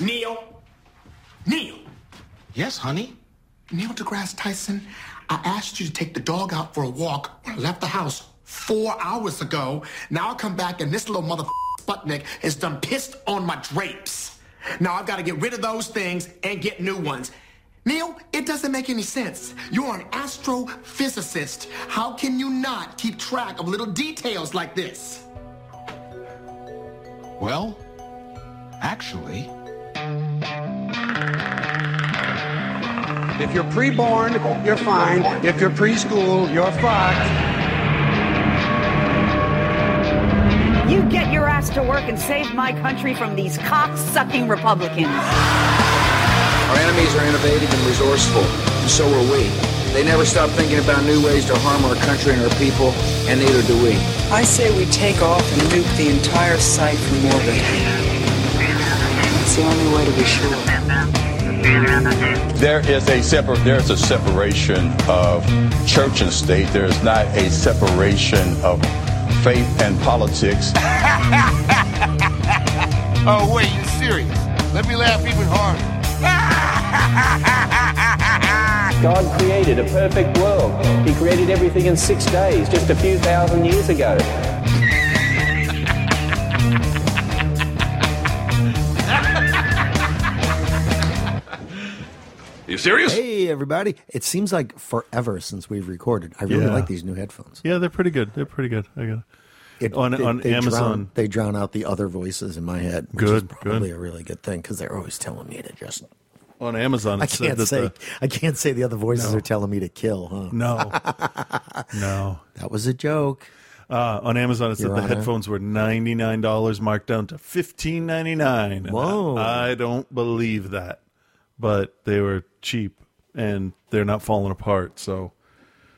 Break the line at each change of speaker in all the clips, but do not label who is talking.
Neil? Neil?
Yes, honey.
Neil deGrasse Tyson, I asked you to take the dog out for a walk when I left the house four hours ago. Now I come back and this little mother Sputnik has done pissed on my drapes. Now I've got to get rid of those things and get new ones. Neil, it doesn't make any sense. You're an astrophysicist. How can you not keep track of little details like this?
Well, actually.
If you're pre-born, you're fine. If you're preschool, you're fucked.
You get your ass to work and save my country from these cock-sucking Republicans.
Our enemies are innovative and resourceful, and so are we. They never stop thinking about new ways to harm our country and our people, and neither do we.
I say we take off and nuke the entire site from orbit. It's the only way to be sure.
There is a separ- there's a separation of church and state. There is not a separation of faith and politics.
oh, wait, you're serious. Let me laugh even harder.
God created a perfect world. He created everything in six days, just a few thousand years ago.
You serious?
Hey, everybody. It seems like forever since we've recorded. I really
Yeah.
like these new headphones.
Yeah, they're pretty good. They're pretty good. I got it.
It-
on
they-
on
they
Amazon.
Drown, they drown out the other voices in my head. Which
Good,
Is probably
good.
a really good thing because they're always telling me to just.
On Amazon,
I
it said
can't
that
say.
the-
I can't say the other voices
No.
are telling me to kill. Huh?
No. no.
That was a joke.
Uh, on Amazon, it said
Your
the
Honor.
headphones were ninety nine dollars, marked down to fifteen ninety nine.
Whoa.
I, I don't believe that, but they were cheap and they're not falling apart. So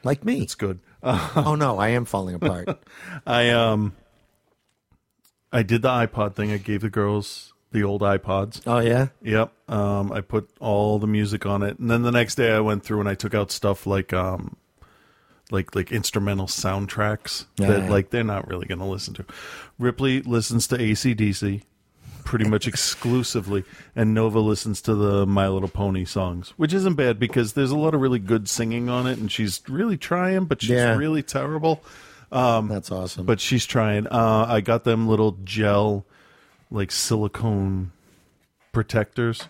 Like me.
it's good.
oh no, I am falling apart.
I um, I did the iPod thing. I gave the girls the old iPods.
Oh yeah.
Yep. Um, I put all the music on it, and then the next day I went through and I took out stuff like um, like like instrumental soundtracks that
Yeah.
like they're not really going to listen to. Ripley listens to ACDC pretty much exclusively, and Nova listens to the My Little Pony songs, which isn't bad because there's a lot of really good singing on it, and she's really trying, but she's
Yeah.
really terrible Um,
That's awesome.
but she's trying. Uh, I got them little gel, like silicone protectors,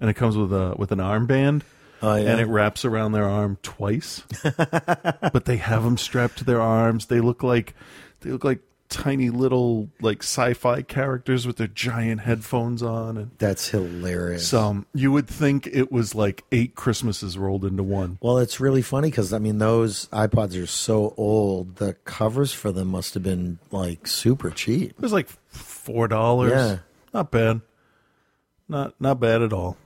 and it comes with a with an armband.
Oh, yeah.
And it wraps around their arm twice, but they have them strapped to their arms. They look like they look like tiny little like sci-fi characters with their giant headphones on. And
that's hilarious.
so um, you would think it was like eight Christmases rolled into one.
Well, it's really funny because I mean those iPods are so old. The covers for them must have been like super cheap.
It was like four dollars.
Yeah.
not bad. Not not bad at all.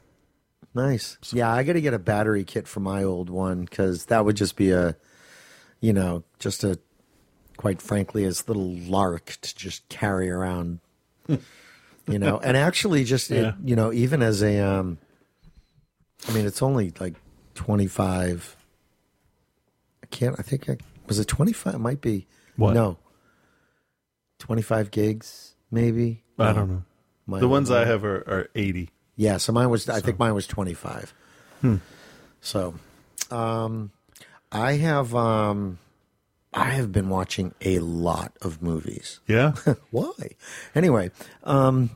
Nice. Yeah, I got to get a battery kit for my old one because that would just be a, you know, just a, quite frankly, as little lark to just carry around, you know, and actually just, it,
Yeah.
you know, even as a, um, I mean, it's only like 25. I can't, I think I, was it 25? It might be.
What?
No. 25 gigs, maybe.
I don't know.
My
The
old
ones I
one.
have are, are 80.
Yeah, so mine was I think mine was 25. So um I have um I have been watching a lot of movies.
Yeah.
Why? Anyway, um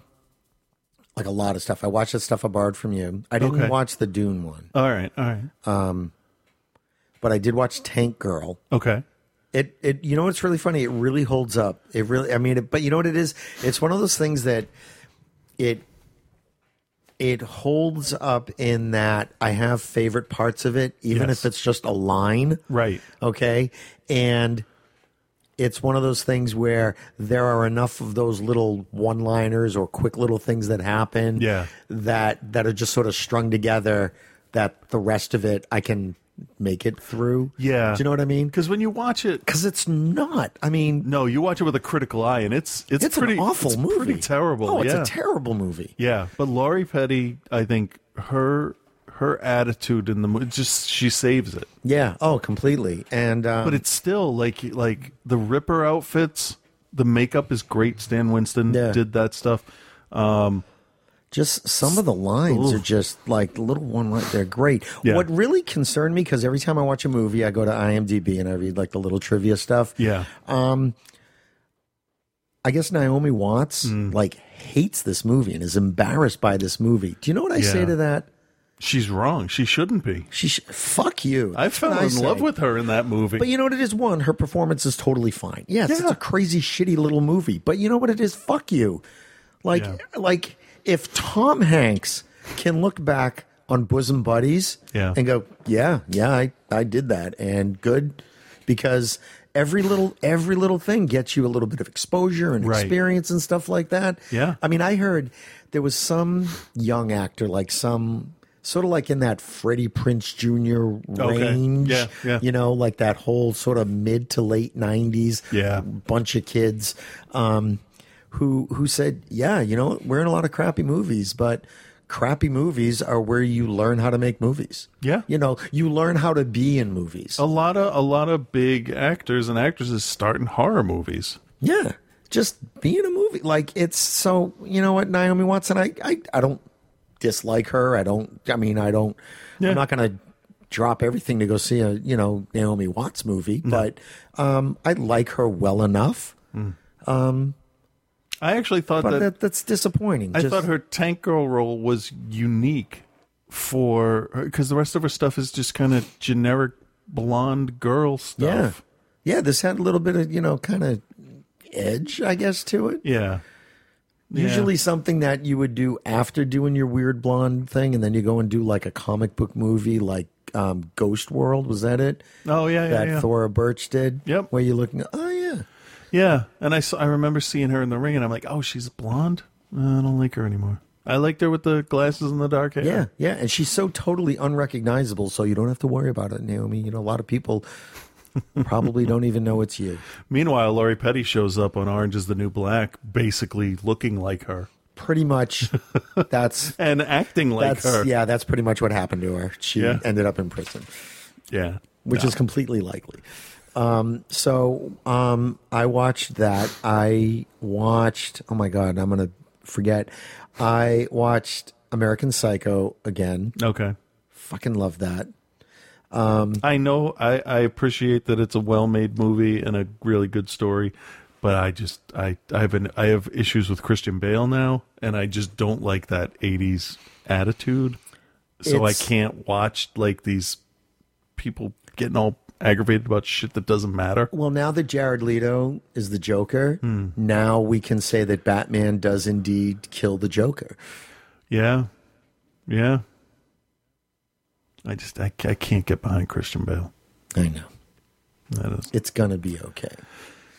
like a lot of stuff. I watched the stuff I borrowed from you. I didn't
Okay.
watch the Dune one,
all right. All right.
but I did watch Tank Girl.
Okay.
It it you know what's really funny? It really holds up. It really I mean it, but you know what it is? It's one of those things that it it holds up in that I have favorite parts of it, even
Yes.
if it's just a line.
Right.
Okay. And it's one of those things where there are enough of those little one liners or quick little things that happen
Yeah.
that that are just sort of strung together that the rest of it I can make it through.
Yeah.
Do you know what I mean?
Because when you watch it,
Because it's not. I mean,
no, you watch it with a critical eye, and it's it's,
it's
pretty
an awful
it's
movie.
Pretty terrible.
Oh, it's
yeah.
a terrible movie.
yeah. But Laurie Petty, I think her her attitude in the movie just she saves it.
Yeah. Oh, completely. And um,
But it's still like like the Ripper outfits. The makeup is great. Stan Winston
Yeah.
did that stuff. Um,
Just some of the lines
Oof.
are just like the little one line. They're great.
Yeah.
What really concerned me because every time I watch a movie, I go to IMDb and I read like the little trivia stuff.
Yeah.
Um, I guess Naomi Watts
Mm.
like hates this movie and is embarrassed by this movie. Do you know what I say
Yeah.
to that?
She's wrong. She shouldn't be.
She sh- fuck you.
I
That's
fell
what
in
say.
love with her in that movie.
But you know what it is? One, her performance is totally fine. Yes, it's
Yeah.
a crazy, shitty little movie. But you know what it is? Fuck you. Like,
Yeah.
like if Tom Hanks can look back on Bosom Buddies
Yeah.
and go, yeah, yeah, I, I did that, and good, because every little every little thing gets you a little bit of exposure and
Right.
experience and stuff like that.
Yeah.
I mean, I heard there was some young actor, like some sort of like in that Freddie Prince Jr.
Okay.
range,
Yeah, yeah.
you know, like that whole sort of mid to late '90s,
Yeah.
bunch of kids, um, who who said, yeah, you know, we're in a lot of crappy movies, but crappy movies are where you learn how to make movies.
Yeah. Oh.
you know, you learn how to be in movies.
a lot of a lot of big actors and actresses start in horror movies.
Yeah. Just be in a movie. Like it's so you know what, Naomi Watson, I I, I don't dislike her. I don't I mean I don't
Yeah.
I'm not gonna drop everything to go see a, you know, Naomi Watts movie, but um I like her well enough.
I actually thought
But
that,
that, that's disappointing.
I
Just-
thought her tank girl role was unique for because the rest of her stuff is just kind of generic blonde girl
Yeah.
stuff.
Yeah, this had a little bit of, you know, kind of edge, I guess, to it.
Yeah. Yeah.
Usually something that you would do after doing your weird blonde thing, and then you go and do like a comic book movie like um, Ghost World. Was that it?
Oh yeah, yeah,
that
yeah.
Thora Birch did.
Yep.
Where you're looking, oh yeah,
Yeah, and I saw, I remember seeing her in the ring, and I'm like, oh, she's blonde. Uh, I don't like her anymore. I liked her with the glasses and the dark hair.
yeah, yeah, and she's so totally unrecognizable, so you don't have to worry about it, Naomi. You know, a lot of people probably don't even know it's you.
Meanwhile, Laurie Petty shows up on Orange Is the New Black, basically looking like her
Pretty much, that's
and acting like
that's
her.
yeah, that's pretty much what happened to her. She
Yeah.
ended up in prison.
yeah.
which is completely likely. Um, so um, I watched that. I watched. Oh my god, I'm gonna forget. I watched American Psycho again.
Okay.
Fucking love that.
I know I, I appreciate that it's a well made movie and a really good story, but I just I I have an, I have issues with Christian Bale now, and I just don't like that eighties attitude. So
It's-
I can't watch like these people getting all aggravated about shit that doesn't matter.
Well, now that Jared Leto is the Joker,
Hmm.
now we can say that Batman does indeed kill the Joker.
Yeah, yeah. I just I, ca- I can't get behind Christian Bale.
I know
That is
it's gonna be okay.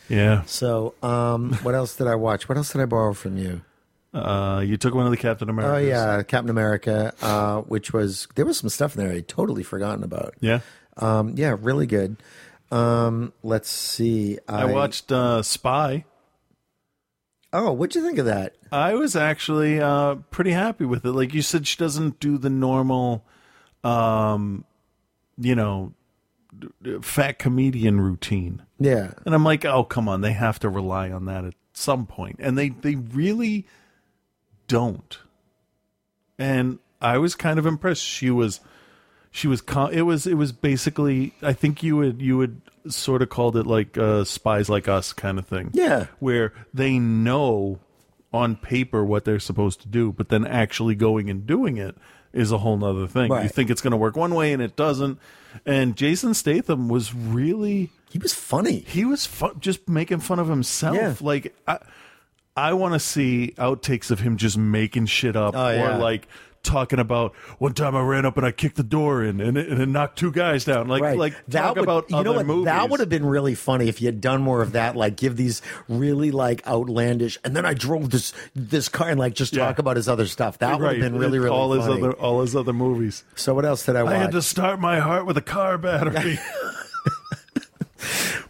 yeah.
So, um, what else did I watch? What else did I borrow from you?
Uh, you took one of the Captain America.
Oh yeah, Captain America, uh, which was there was some stuff in there I would totally forgotten about.
yeah.
Um, yeah, really good. Um, let's see.
I watched uh, Spy.
Oh, what'd you think of that?
I was actually uh, pretty happy with it. Like you said, she doesn't do the normal, um, you know, d- d- fat comedian routine.
Yeah,
And I'm like, oh come on, they have to rely on that at some point, and they they really don't. And I was kind of impressed. She was, she was. co- It was it was basically. I think you would you would sort of called it like uh, spies like us kind of thing.
Yeah.
where they know on paper what they're supposed to do, but then actually going and doing it is a whole nother thing. You
Right.
think it's going to work one way and it doesn't. And Jason Statham was really
he was funny.
he was fu- just making fun of himself.
Yeah.
Like I, I want to see outtakes of him just making shit up,
Oh,
or
yeah.
like talking about one time I ran up and I kicked the door in and it, and it knocked two guys down. Like
right,
like talk
would,
about
you
other
know what?
movies.
That would have been really funny if you had done more of that. Like, give these really like outlandish, and then I drove this this car and like just
Yeah.
talk about his other stuff. That would
Right.
have been really really
all his
funny.
other all his other movies.
so what else did I watch?
I had to start my heart with a car battery.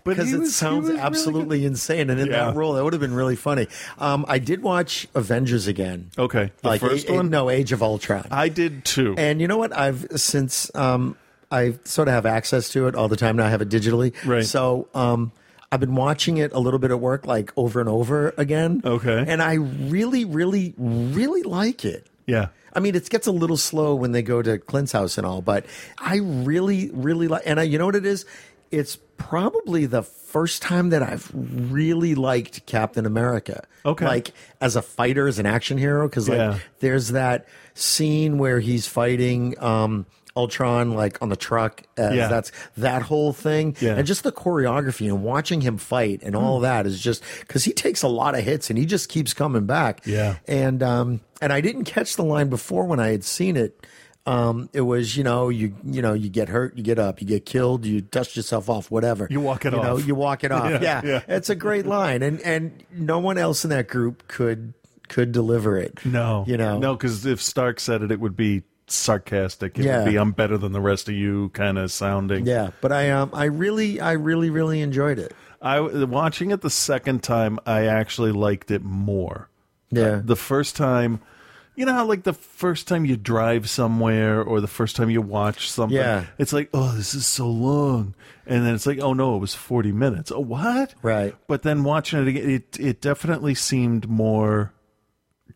But
because
he
it
was- he
sounds
was really good.
absolutely insane. And in
Yeah.
that role, that would have been really funny. Um, I did watch Avengers again.
Okay, the
like
first
A- A-
one?
no, Age of Ultron.
I did too.
and you know what? I've since um, I sort of have access to it all the time now. I have it digitally,
Right.
So um, I've been watching it a little bit at work, like over and over again.
Okay.
and I really, really, really like it.
Yeah.
I mean, it gets a little slow when they go to Clint's house and all, but I really, really like. And I, you know what it is? It's probably the first time that I've really liked Captain America.
Okay.
Like as a fighter, as an action hero, because like
Yeah.
there's that scene where he's fighting um, Ultron, like on the truck. Uh,
Yeah.
That's that whole thing,
Yeah. Hmm.
and just the choreography and watching him fight and all that is just because he takes a lot of hits and he just keeps coming back
Yeah.
and um and I didn't catch the line before when I had seen it. Um, it was you know you you know you get hurt, you get up, you get killed, you dust yourself off, whatever.
You walk it
you Know,
off.
you walk it off.
Yeah,
Yeah,
yeah.
it's a great line, and and no one else in that group could could deliver it.
No.
you know,
No, because if Stark said it, it would be sarcastic. It
Yeah.
would be I'm better than the rest of you kind of sounding.
yeah. But I um I really I really really enjoyed it.
I watching it the second time, I actually liked it more.
Yeah.
Uh, the first time, you know how like the first time you drive somewhere or the first time you watch something,
Yeah.
it's like, oh, this is so long, and then it's like, oh no, it was forty minutes. Oh, what?
Right.
But then watching it again, it it definitely seemed more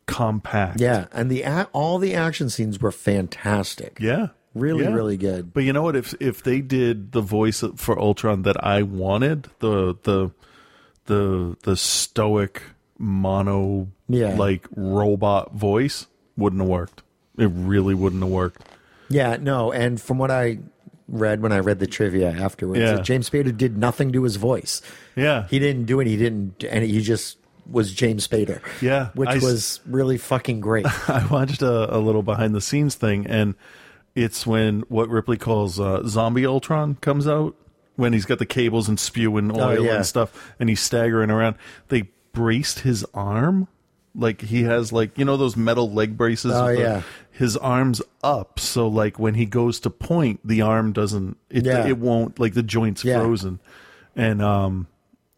compact.
Yeah, and the a- all the action scenes were fantastic.
Yeah.
Really,
Yeah.
really good.
But you know what? If if they did the voice for Ultron that I wanted, the the the the stoic mono
Yeah.
like robot voice wouldn't have worked. It really wouldn't have worked.
Yeah, no, and from what I read when I read the trivia afterwards,
Yeah.
that James Spader did nothing to his voice.
Yeah.
He didn't do it. He didn't, and he just was James Spader.
Yeah,
which
I s-
was really fucking great.
I watched a, a little behind the scenes thing, and it's when what Ripley calls uh, zombie Ultron comes out when he's got the cables and spewing oil
Oh, yeah.
and stuff, and he's staggering around. They braced his arm, like he has like you know those metal leg braces.
Oh,
with the-
yeah.
his arms up, so like when he goes to point, the arm doesn't. It
Yeah.
it won't like the joints
Yeah.
frozen, and um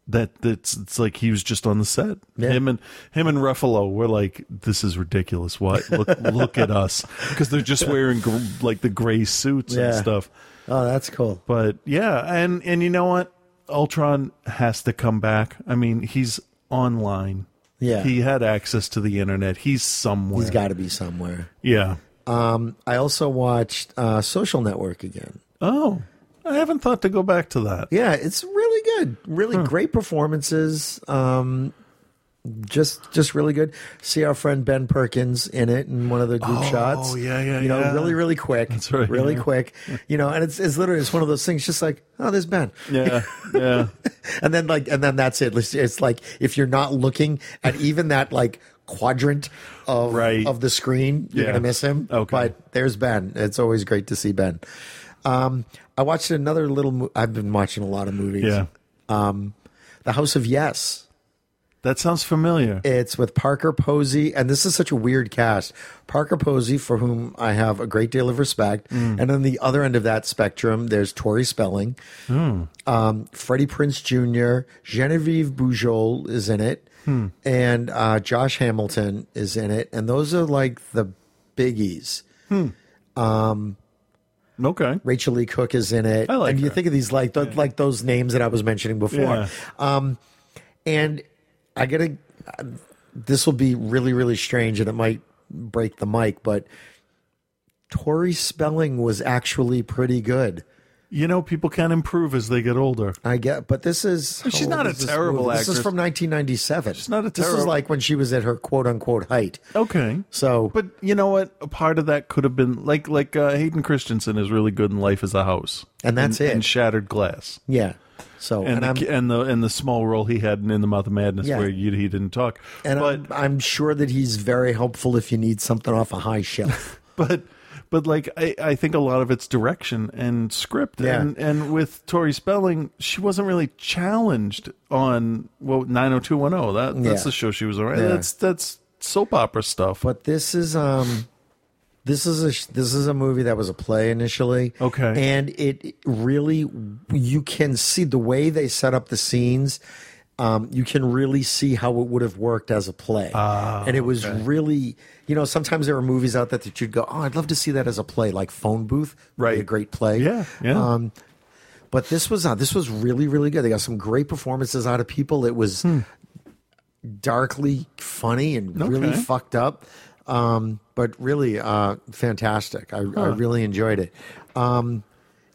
that that's it's like he was just on the set.
Yeah.
Him and him and Ruffalo were like, "This is ridiculous. What look look at us?" Because they're just wearing gr- like the gray suits and
Yeah.
stuff.
Oh, that's cool.
But yeah, and and you know what? Ultron has to come back. I mean, he's online.
Yeah.
he had access to the internet. He's somewhere.
He's got to be somewhere.
yeah.
Um, I also watched uh, Social Network again.
Oh, I haven't thought to go back to that.
Yeah, it's really good. Really great performances. Um, just just really good. See our friend Ben Perkins in it in one of the group
Oh,
shots.
yeah, yeah,
You know,
yeah.
really, really quick.
That's right,
Really
yeah.
quick. You know, and it's it's literally it's one of those things just like, oh, there's Ben.
Yeah, yeah.
And then like and then that's it. It's, it's like if you're not looking at even that like quadrant of
Right.
of the screen, you're
Yeah.
gonna miss him.
Okay.
But there's Ben. It's always great to see Ben. Um, I watched another little. Mo- I've been watching a lot of movies.
Yeah.
Um, the House of Yes.
That sounds familiar.
It's with Parker Posey, and this is such a weird cast. Parker Posey, for whom I have a great deal of respect, and on the other end of that spectrum, there's Tori Spelling, um, Freddie Prince Jr., Genevieve Boujol is in it, and uh, Josh Hamilton is in it, and those are like the biggies.
Okay.
Rachel Lee Cook is in it,
I like
and you
her.
think of these like th- like those names that I was mentioning before.
Yeah.
Um, and I gotta. uh, This will be really really strange, and it might break the mic, but Tori Spelling was actually pretty good.
You know, people can improve as they get older.
I get, but this is
But she's
how old
not a
is this
terrible
movie? This
actress.
is from 1997. She's
not a
This is
terrible-
like when she was at her quote unquote height.
Okay.
So,
But you know what? A part of that could have been like like uh, Hayden Christensen is really good in Life as a House,
And that's it.
And Shattered Glass,
yeah. So
and
I'm-
the, and the and the small role he had in In the Mouth of Madness
Yeah.
where you, he didn't talk.
and
but
I'm, I'm sure that he's very helpful if you need something off a high shelf.
but but like I, I think a lot of it's direction and script
Yeah.
and and with Tori Spelling she wasn't really challenged on well 90210 that that's
Yeah.
the show she was on right
Yeah.
that's that's soap opera stuff
But this is um this is a sh- this is a movie that was a play initially.
Okay.
And it really you can see the way they set up the scenes um, you can really see how it would have worked as a play.
Ah,
and it was really, you know, sometimes there are movies out there that you'd go, oh, I'd love to see that as a play, like Phone Booth. would be
Right.
A great play.
yeah yeah
Um, but this was uh, this was really really good. They got some great performances out of people. It was
Hmm.
darkly funny and really
Okay.
fucked up. Um, but really uh, fantastic. I, I
Huh.
really enjoyed it. Um,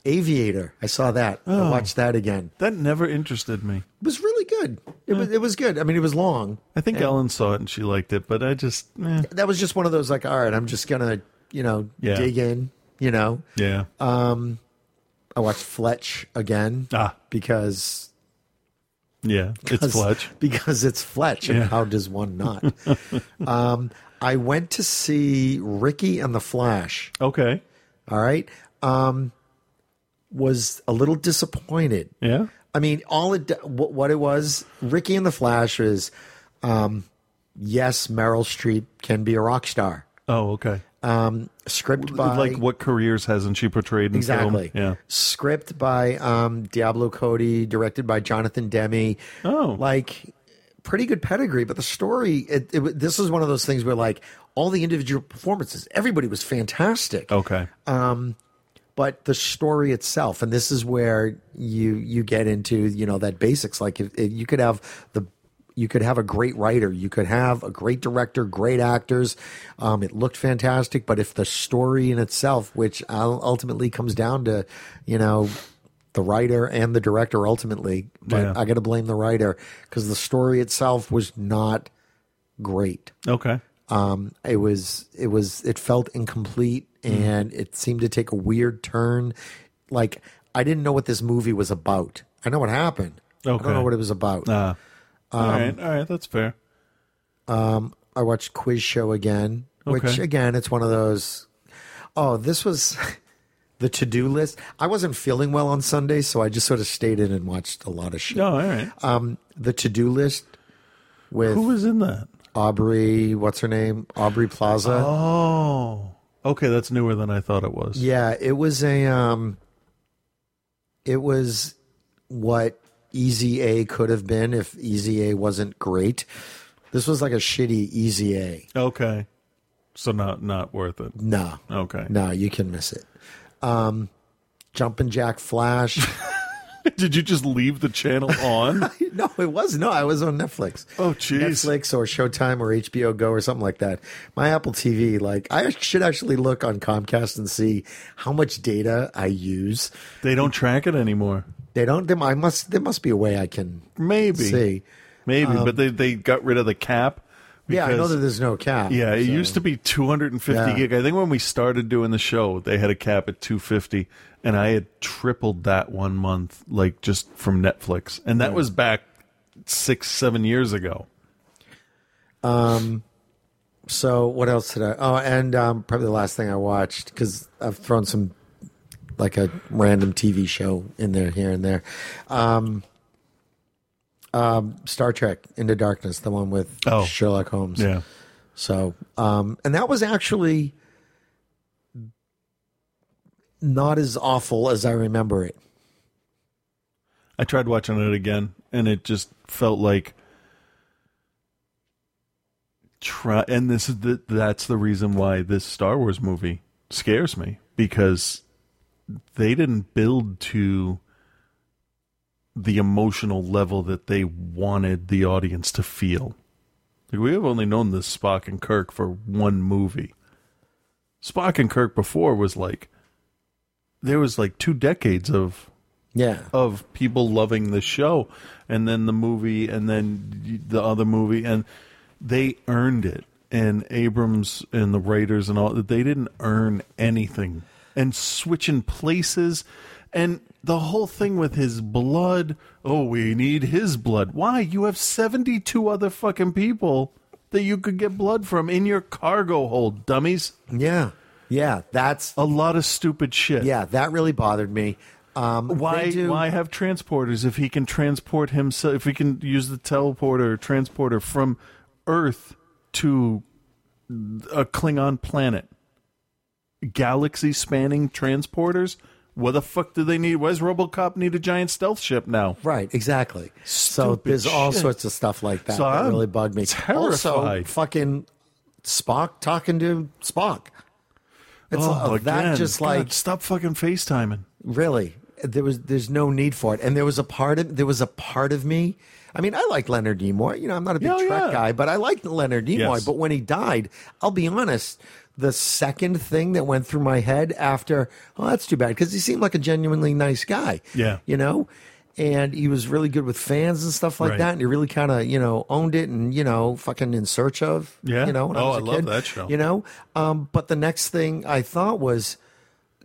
Aviator, I saw that. I
Oh.
watched that again.
That never interested me.
It was really good. It was it was good. I mean, it was long.
I think Ellen saw it and she liked it, but I just eh.
that was just one of those like, all right, I'm just gonna you know
Yeah.
dig in. You know,
yeah.
Um, I watched Fletch again
Ah.
because
Yeah, it's
because-
Fletch.
because it's Fletch, and
Yeah.
how does one not? um, I went to see Ricky and the Flash.
Okay,
all right. Um, was a little disappointed.
Yeah,
I mean, all it d- what, what it was, Ricky and the Flash is, um, yes, Meryl Streep can be a rock star.
Oh, okay.
Um, script by
like what careers hasn't she portrayed in
Exactly.
film? Yeah.
Script by um, Diablo Cody, directed by Jonathan Demme.
Oh,
like pretty good pedigree, but the story. It, it, wa- this is one of those things where like all the individual performances, everybody was fantastic.
Okay.
Um, but the story itself, and this is where you you get into you know that basics. Like if, if you could have the you could have a great writer, you could have a great director, great actors. Um, it looked fantastic, but if the story in itself, which ul- ultimately comes down to, you know, the writer and the director, ultimately, but
Yeah.
I got to blame the writer because the story itself was not great
Okay.
um it was it was it felt incomplete
Mm.
and it seemed to take a weird turn like i didn't know what this movie was about i know what happened i
Okay.
don't know what it was about
Ah. all
Um,
right. All right. That's fair.
um i watched quiz show again which
Okay.
again it's one of those oh this was the to-do list i wasn't feeling well on sunday so i just sort of stayed in and watched a lot of shit
Oh, all right.
um the to-do list with
Who was in that?
aubrey what's her name aubrey plaza
Oh. Okay, that's newer than I thought it was.
Yeah, it was a um it was what Easy A could have been if Easy A wasn't great. This was like a shitty Easy A.
Okay. So not not worth it.
No.
Okay.
No, you can miss it. Um Jumpin' Jack Flash.
Did you just leave the channel on?
no, it was no, I was on Netflix.
Oh jeez.
Netflix or Showtime or HBO Go or something like that. My Apple TV, like I should actually look on Comcast and see how much data I use.
They don't track it anymore.
They don't. They, I must. There must be a way I can
Maybe.
see.
Maybe,
Um,
but they they got rid of the cap.
Yeah, I know
because-
that there's no cap.
Yeah, it
so-
used to be 250
Yeah.
gig. I think when we started doing the show, they had a cap at 250, and I had tripled that one month, like just from Netflix, and that
Yeah.
was back six, seven years ago.
Um, so what else did I? Oh, and um, probably the last thing I watched because I've thrown some like a random TV show in there here and there. Um, um, Star Trek Into Darkness, the one with
Oh.
Sherlock Holmes.
Yeah.
So, um, and that was actually not as awful as I remember it.
I tried watching it again, and it just felt like try. And this is the, that's the reason why this Star Wars movie scares me because they didn't build to the emotional level that they wanted the audience to feel. Like we have only known this Spock and Kirk for one movie. Spock and Kirk before was like there was like two decades of
yeah
of people loving the show and then the movie and then the other movie and they earned it and abrams and the writers and all they didn't earn anything and switching places and the whole thing with his blood oh we need his blood why you have 72 other fucking people that you could get blood from in your cargo hold dummies
yeah yeah that's
a lot of stupid shit
Yeah, that really bothered me. Um,
why
they do-
why have transporters if he can transport himself if he can use the teleporter transporter from earth to a klingon planet galaxy spanning transporters what the fuck do they need why does robocop need a giant stealth ship now
right exactly so
Stupid
there's all
shit.
sorts of stuff like that
So
that
I'm
really bugged me. Also,
terrified.
fucking Spock talking to Spock. It's
oh,
uh, that
again.
just
God,
like
stop fucking facetiming
really there was there's no need for it. And there was a part of there was a part of me. I mean, I like Leonard Nimoy. You know, I'm not a big
Yeah, oh,
Trek
yeah.
guy, but I liked Leonard Nimoy.
Yes.
But when he died, I'll be honest, the second thing that went through my head after, oh, that's too bad, because he seemed like a genuinely nice guy.
Yeah.
you know. And he was really good with fans and stuff like
Right.
that. And he really kind of, you know, owned it and, you know, fucking in search of,
Yeah.
you know, when
Oh,
I, was
I
a
love
kid,
that show.
You know, um, but the next thing I thought was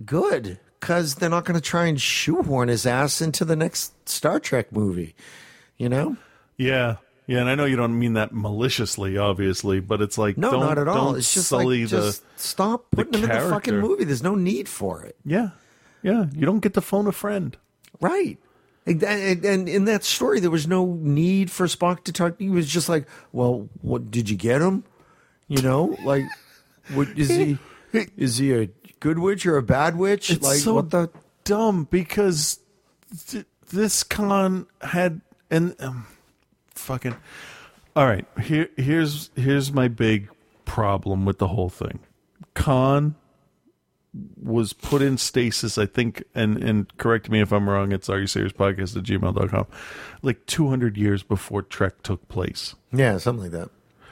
good because they're not going to try and shoehorn his ass into the next Star Trek movie. You know,
Yeah. Yeah, and I know you don't mean that maliciously, obviously, but it's like
no,
don't,
not at all.
don't
It's just
sully
like
the
just stop putting him in the fucking
character.
movie. There's no need for it.
yeah, yeah. You don't get to phone a friend,
right? And, and, and in that story, there was no need for Spock to talk. He was just like, "Well, what did you get him? You know, like, what is he? Is he a good witch or a bad witch?
It's
like,
so
what the
dumb because th- this con had and um, fucking all right here here's here's my big problem with the whole thing con was put in stasis i think and and correct me if i'm wrong it's are you serious podcast at gmail.com like 200 years before trek took place
yeah, something like that.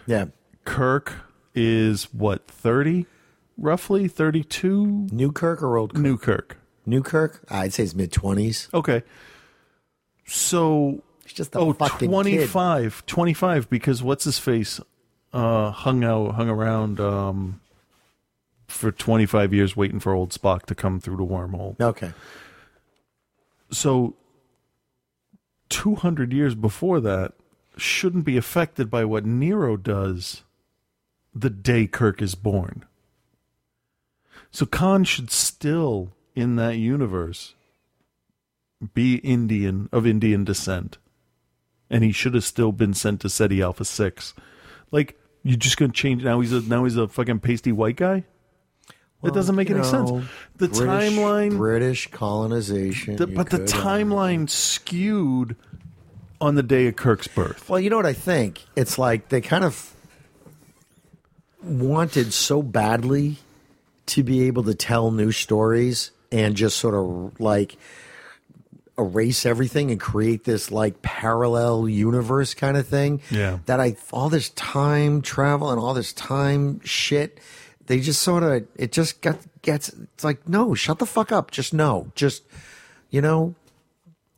Yeah,
Kirk is what thirty, roughly thirty two.
New Kirk or old Kirk?
New Kirk.
New Kirk. I'd say he's mid twenties.
Okay. So
he's just a
oh,
fucking kid.
25, 25, Because what's his face uh, hung out hung around um, for twenty five years waiting for old Spock to come through the wormhole.
Okay,
So two hundred years before that shouldn't be affected by what Nero does the day Kirk is born. So Khan should still, in that universe, be Indian of Indian descent. And he should have still been sent to SETI Alpha Six. Like, you're just gonna change now he's a now he's a fucking pasty white guy?
Well,
that doesn't make
you
any
know,
sense. The
British-
timeline
British colonization,
the,
you
but the
could uh,
timeline skewed on the day of Kirk's birth.
Well, you know what I think? It's like they kind of wanted so badly to be able to tell new stories and just sort of like erase everything and create this like parallel universe kind of thing.
Yeah.
That I all this time travel and all this time shit, they just sort of it just got gets it's like no, shut the fuck up. Just no. Just you know,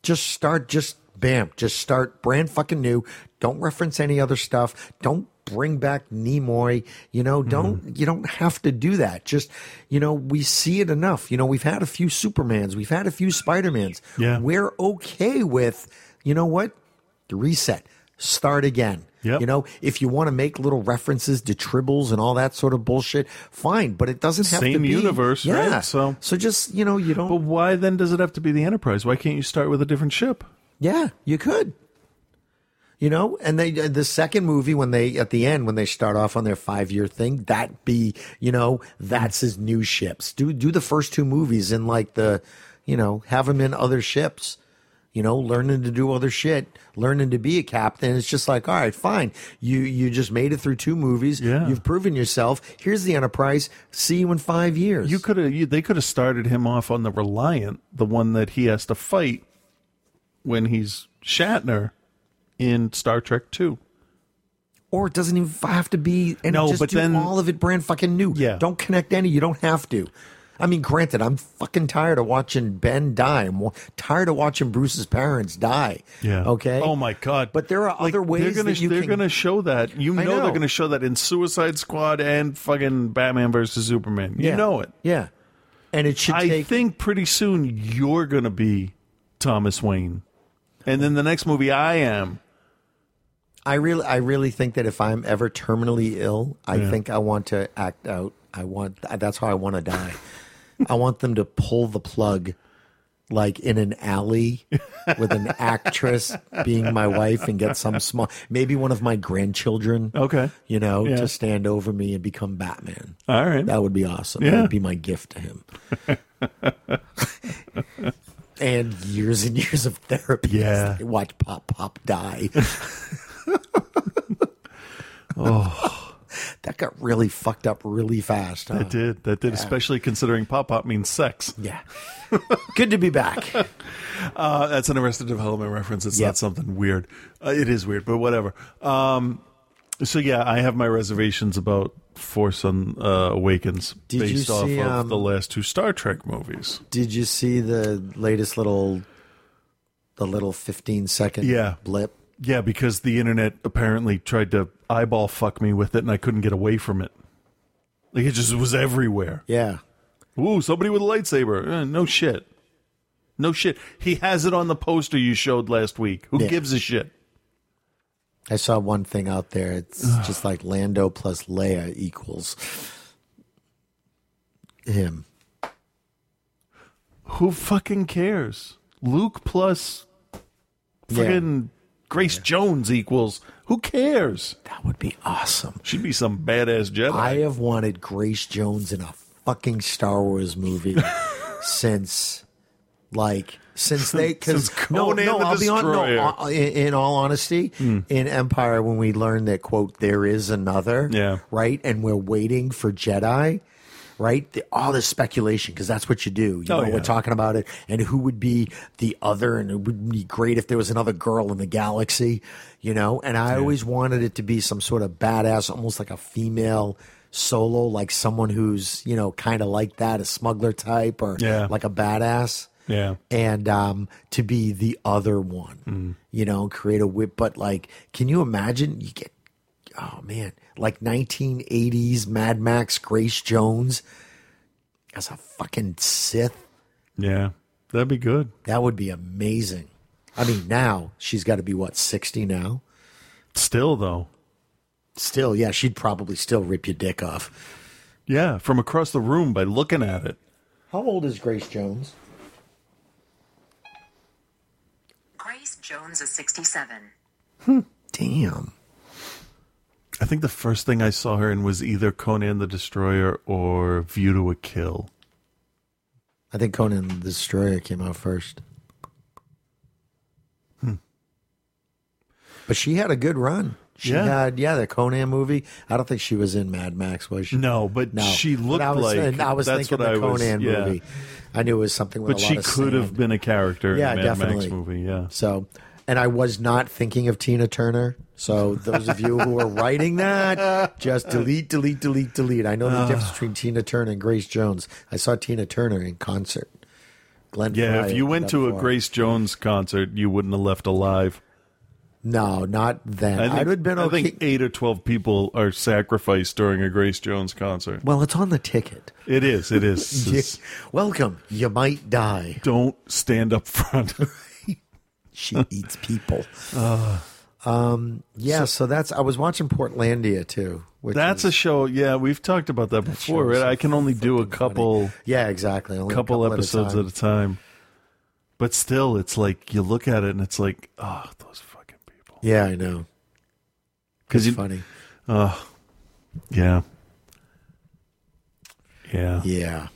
just start just bam just start brand fucking new don't reference any other stuff don't bring back nimoy you know don't
Mm-hmm.
you don't have to do that just you know we see it enough you know we've had a few supermans we've had a few spider-mans
Yeah.
we're okay with you know what reset start again
Yep.
you know if you want to make little references to tribbles and all that sort of bullshit fine but it doesn't have to
Same
be
universe, right?
yeah.
So-
so just you know you don't
But why then does it have to be the Enterprise? Why can't you start with a different ship?
Yeah, you could. You know, and they uh, the second movie when they at the end when they start off on their five year thing, that be you know that's his new ships. Do do the first two movies in like the, you know, have him in other ships. You know, learning to do other shit, learning to be a captain. It's just like, all right, fine. You you just made it through two movies.
Yeah.
You've proven yourself. Here's the Enterprise. See you in five years.
You could have. They could have started him off on the Reliant, the one that he has to fight when he's Shatner in Star Trek Two.
or it doesn't even have to be and
No,
just
but
do
then-
all of it brand fucking new.
Yeah.
Don't connect any. You don't have to. I mean, granted, I'm fucking tired of watching Ben die. I'm wa- tired of watching Bruce's parents die. Okay.
Oh my God.
But there are
Like,
other ways
they're gonna
that you
they're
can-
gonna show that. You know,
I
they're
know.
gonna show that in Suicide Squad and fucking Batman versus Superman. You
Yeah.
know it.
Yeah. And it should
I
take.
think pretty soon you're going to be Thomas Wayne. And then the next movie I am.
I really, I really think that if I'm ever terminally ill, I think I want to act out. I want that's how I want to die. I want them to pull the plug, like in an alley with an actress being my wife, and get some small, maybe one of my grandchildren.
Okay.
you know,
Yeah.
to stand over me and become Batman.
All right.
That would be awesome.
Yeah.
That would be my gift to him. and years and years of therapy.
Yeah.
Watch Pop Pop die. oh. that got really fucked up really fast. huh?
That did. That did,
uh, Yeah.
especially considering pop pop means sex.
Yeah. Good to be back.
uh, that's an Arrested Development reference. It's
Yep.
not something weird. Uh, it is weird, but whatever. Um, so, yeah, I have my reservations about Force on, uh, Awakens
Did you
based off
see,
of
um,
the last two Star Trek movies.
Did you see the latest little, the little fifteen second
Yeah.
blip?
Yeah, because the internet apparently tried to eyeball fuck me with it and I couldn't get away from it. Like, it just was everywhere.
Yeah.
Ooh, somebody with a lightsaber. Eh, no shit. No shit. He has it on the poster you showed last week. Who
Yeah.
gives a shit?
I saw one thing out there. It's just like Lando plus Leia equals him.
Who fucking cares? Luke plus
Yeah.
friggin' Grace Jones equals. Who cares?
That would be awesome.
She'd be some badass Jedi.
I have wanted Grace Jones in a fucking Star Wars movie since, like, since they because
Since
no,
Conan
no,
the
I'll be on.
Destroyer. Hmm.
No, uh, in, in all honesty, in Empire, when we learned that quote there is another,
Yeah.
right, and we're waiting for Jedi. Right, the, all this speculation because that's what you do. You
Oh,
know,
yeah.
we're talking about it, and who would be the other, and it would be great if there was another girl in the galaxy, you know. And I always wanted it to be some sort of badass, almost like a female solo, like someone who's you know kind of like that, a smuggler type, or
Yeah.
like a badass
yeah.
and um, to be the other one, you know, create a whip. But like, can you imagine? You get, oh man, like 1980s Mad Max Grace Jones as a fucking Sith.
Yeah. That'd be good.
That would be amazing. I mean, now she's got to be what 60 now.
Still, though.
Still, yeah, she'd probably still rip your dick off.
Yeah. From across the room by looking at it.
How old is Grace Jones?
Grace Jones is 67.
Hmm, Damn.
I think the first thing I saw her in was either Conan the Destroyer or View to a Kill.
I think Conan the Destroyer came out first.
Hmm.
But she had a good run. She
Yeah.
had yeah, the Conan movie. I don't think she was in Mad Max, was she?
No, but she looked
I was,
like-
and I was
that's
thinking
what
the
I was-
Conan
yeah.
movie. I knew it was something with
But
a
she
lot of
could have
sand.
been a character
Yeah,
in a Mad
definitely.
Max movie. Yeah.
So and I was not thinking of Tina Turner. So those of you who are writing that, just delete, delete, delete, delete. I know the
Ah.
difference between Tina Turner and Grace Jones. I saw Tina Turner in concert. Glenn
Yeah,
Frey
if you went
that
to a
far.
Grace Jones concert, you wouldn't have left alive.
No, not then. I would have been
I
okay.
think eight or twelve people are sacrificed during a Grace Jones concert.
well, it's on the ticket.
It is. It is. It's-
Welcome. You might die.
Don't stand up front.
She eats people. um, yeah, so, that's. I was watching Portlandia too. Which
That's a
is,
show. Yeah, we've talked about that before,
show's
right? I can only do a couple,
yeah, exactly. Only
couple,
a
episodes
At a time.
at a time. But still, it's like you look at it and it's like, oh, those fucking people.
yeah, I know.
Because
It's funny.
Oh, yeah, yeah.
Yeah.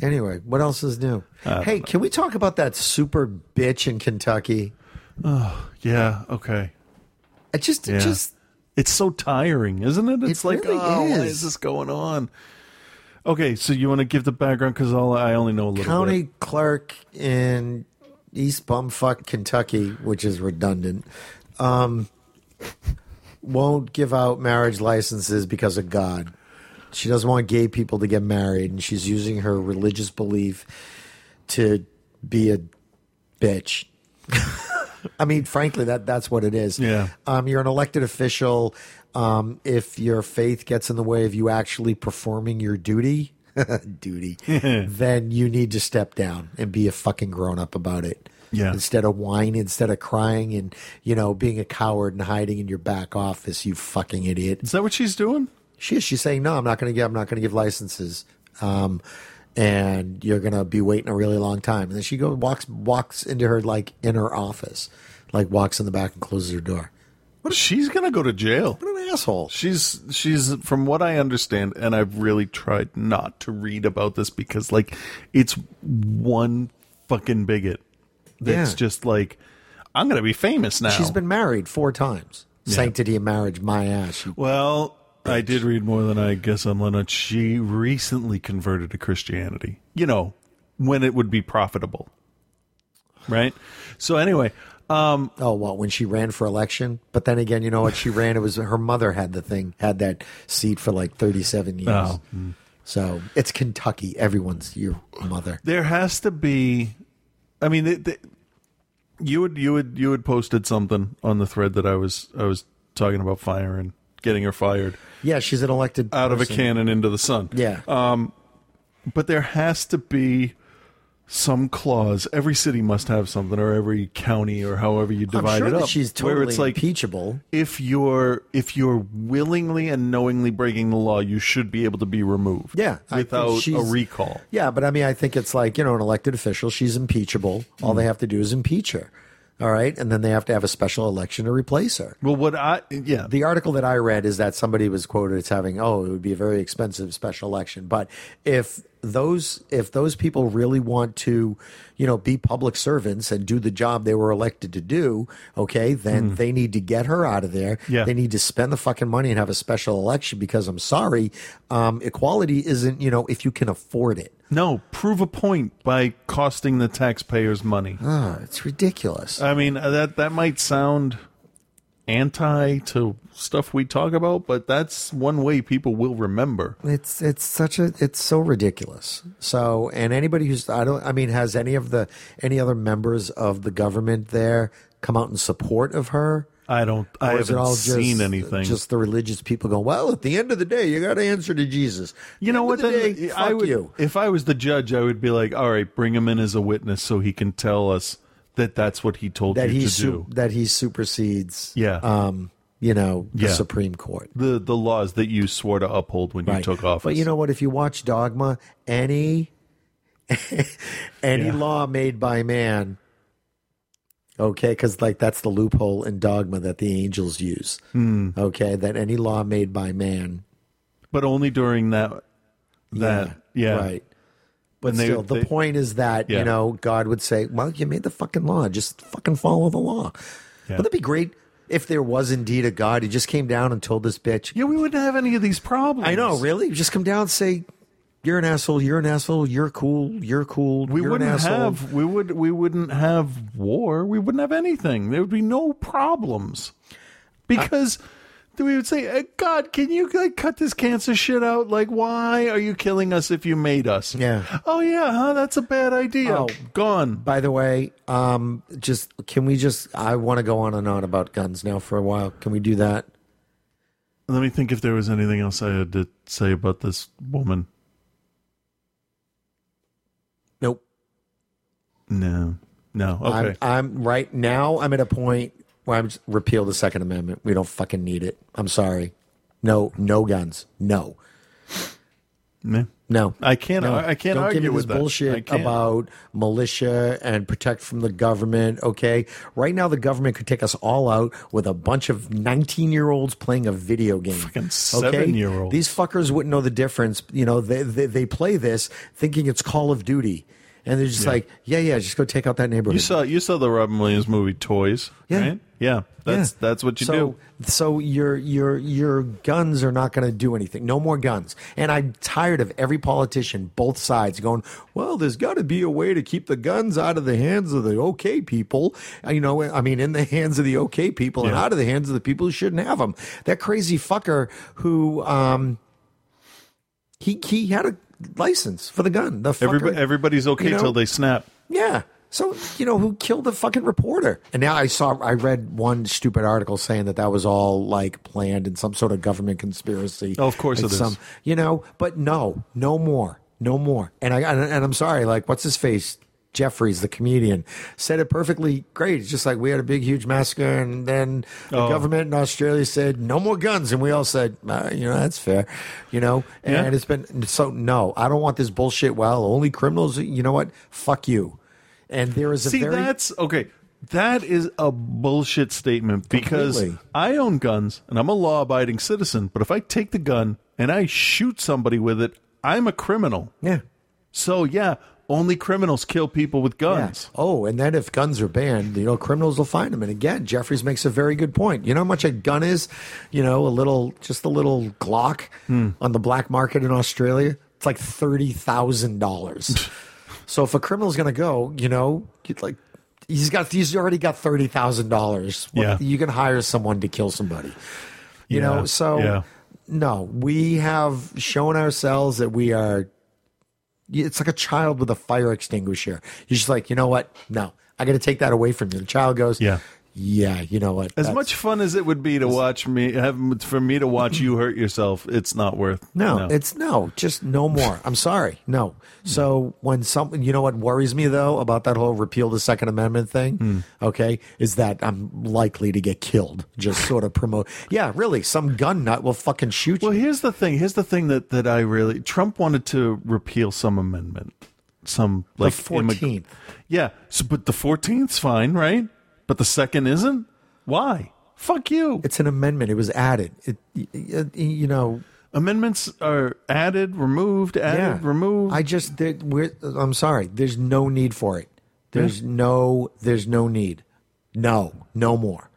Anyway, what else is new? Hey, can we talk about that super bitch in Kentucky?
Yeah, okay.
It just, it
Yeah.
just
It's so tiring, isn't it? It's
It
like,
really
oh, why
is.
is this going on? Okay, so you want to give the background because all I only know a little
county
bit.
clerk in East Bumfuck, Kentucky, which is redundant, um, won't give out marriage licenses because of God. She doesn't want gay people to get married, and she's using her religious belief to be a bitch. I mean, frankly, that that's what it is.
Yeah.
Um, you're an elected official. Um, if your faith gets in the way of you actually performing your duty, duty, then you need to step down and be a fucking grown up about it.
Yeah.
Instead of whining, instead of crying, and you know being a coward and hiding in your back office, you fucking idiot.
Is that what she's doing?
She is. She's saying no. I'm not going to give. I'm not going to give licenses. Um, and you're going to be waiting a really long time. And then she goes walks walks into her like in her office, like walks in the back and closes her door.
she's gonna go to jail.
What an asshole!
She's she's from what I understand, and I've really tried not to read about this because like it's one fucking bigot that's
Yeah.
just like I'm gonna be famous now.
She's been married four times. Sanctity of marriage, my ass. You
well.
page.
I did read more than I guess on Lennox. She recently converted to Christianity. You know, when it would be profitable, right? So anyway, um,
oh well, when she ran for election, but then again, you know what? She ran. It was her mother had the thing, had that seat for like thirty-seven years.
Oh, mm.
So it's Kentucky. Everyone's your mother.
There has to be. I mean, it, it- you would you would you had posted something on the thread that I was I was talking about fire and getting her fired
Yeah, she's an elected
out of a
person.
cannon into the sun.
Yeah.
Um, but there has to be some clause. Every city must have something, or every county, or however you divide
sure
it
that
up.
she's
where it's
totally
like
impeachable.
If you're if you're willingly and knowingly breaking the law, you should be able to be removed.
Yeah, I think
without a
she's-
recall.
Yeah, but I mean, I think it's like you know, an elected official. She's impeachable. All
Mm.
they have to do is impeach her. All right, and then they have to have a special election to replace her.
Well, what I yeah,
the article that I read is that somebody was quoted as having, "Oh, it would be a very expensive special election." But if those if those people really want to, you know, be public servants and do the job they were elected to do, okay, then
Hmm.
they need to get her out of there.
Yeah.
They need to spend the fucking money and have a special election because I'm sorry, um, equality isn't, you know, if you can afford it.
No, prove a point by costing the taxpayers money.
Ah, it's ridiculous.
I mean, uh, that that might sound anti to stuff we talk about, but that's one way people will remember.
It's it's such a it's so ridiculous. So and anybody who's I don't I mean has any of the any other members of the government there come out in support of her?
I don't. I
Or is it
haven't
all just- uh,
seen anything.
Just the religious people going. Well, at the end of the day, you got to answer to Jesus.
you know what?
At the end of the
then?
day,
I
fuck
would,
you.
if I was the judge, I would be like, "All right, bring him in as a witness so he can tell us that that's what he told
That
you
he
to
su-
do."
that he supersedes.
Yeah.
Um. You know the
Yeah.
Supreme Court.
The the laws that you swore to uphold when you
Right.
took office.
But you know what? If you watch Dogma, any any
Yeah.
law made by man, okay, because like that's the loophole in Dogma that the angels use.
Hmm.
Okay, that any law made by man,
but only during that that yeah,
right. But
And they-
still, the
they-
point is that
Yeah.
you know God would say, "Well, you made the fucking law. Just fucking follow the law."
Yeah.
Wouldn't that be great if there was indeed a God? He just came down and told this bitch,
Yeah, we wouldn't have any of these problems.
I know, really. Just come down and say, "You're an asshole. You're an asshole. You're cool. You're cool.
We
you're
wouldn't
an asshole."
have we would we wouldn't have war. We wouldn't have anything. There would be no problems because we would say, "Uh, "God, can you like cut this cancer shit out? Like, why are you killing us if you made us?"
Yeah.
Oh yeah, huh? That's a bad idea.
Oh.
Gone.
By the way, um, just can we just? I want to go on and on about guns now for a while. Can we do that?
Let me think if there was anything else I had to say about this woman.
Nope.
No. No. Okay.
I'm, I'm right now. I'm at a point where I'm just, repeal the Second Amendment. We don't fucking need it. I'm sorry. No, no guns. No.
No.
No,
I can't-
No.
I- I can't
Don't give
argue
me this
with that. I
bullshit
can't.
about militia and protect from the government. Okay, right now the government could take us all out with a bunch of nineteen-year-olds playing a video game. Fucking
seven-year-olds.
These fuckers wouldn't know the difference. You know, they they, they play this thinking it's Call of Duty, and they're just
Yeah.
like, yeah, yeah, just go take out that neighborhood.
You saw you saw the Robin Williams movie Toys,
Yeah.
right? Yeah. That's
Yeah.
that's what you
so,
do.
So your your your guns are not going to do anything. No more guns. And I'm tired of every politician, both sides, going, "Well, there's got to be a way to keep the guns out of the hands of the okay people." Uh, You know, I mean, in the hands of the okay people and
Yeah.
out of the hands of the people who shouldn't have them. That crazy fucker who um he he had a license for the gun. The fucker,
Everybody, everybody's okay
you know?
till they snap.
Yeah. So you know who killed the fucking reporter? And now I saw, I read one stupid article saying that that was all like planned in some sort of government conspiracy.
Oh, of course
Like
it is.
You know, but no, no more, no more. And I and, and I'm sorry, like what's his face? Jeffries, the comedian, said it perfectly great. It's just like we had a big, huge massacre, and then the
Oh.
government in Australia said no more guns, and we all said, uh, you know, that's fair, you know. And
Yeah.
it's been so. No, I don't want this bullshit. Well, only criminals. You know what? Fuck you. And there is a
See,
very
that's okay. That is a bullshit statement because
Completely.
I own guns and I'm a law abiding citizen. But if I take the gun and I shoot somebody with it, I'm a criminal.
Yeah.
So, yeah, Only criminals kill people with guns.
Oh, and then if guns are banned, you know, criminals will find them. And again, Jeffries makes a very good point. You know how much a gun is? You know, a little, just a little Glock
Hmm.
on the black market in Australia. It's like thirty thousand dollars. so if a criminal's going to go, you know, you'd like he's got, he's already got thirty thousand dollars.
Yeah.
you can hire someone to kill somebody. You
Yeah,
know, so
yeah.
no, we have shown ourselves that we are it's like a child with a fire extinguisher. You're just like, you know what? No, I got to take that away from you. The child goes, yeah, yeah. You know what?
As
That's-
much fun as it would be to watch me, have, for me to watch you hurt yourself, it's not worth.
No, it's no, just no more. I'm sorry, no. So when something, you know what worries me though about that whole repeal the Second Amendment thing,
Hmm.
okay, is that I'm likely to get killed. Just sort of promote. Yeah, really, some gun nut will fucking shoot you.
Well, here's the thing. Here's the thing that, that I really Trump wanted to repeal some amendment, some
The
like
14th.
yeah, so, but the 14th's fine, right? But the second isn't. Why? Fuck you.
It's an amendment. It was added. It, you know,
amendments are added, removed, added, removed.
I just there, we're, I'm sorry. There's no need for it. There's no there's no need. No, no more.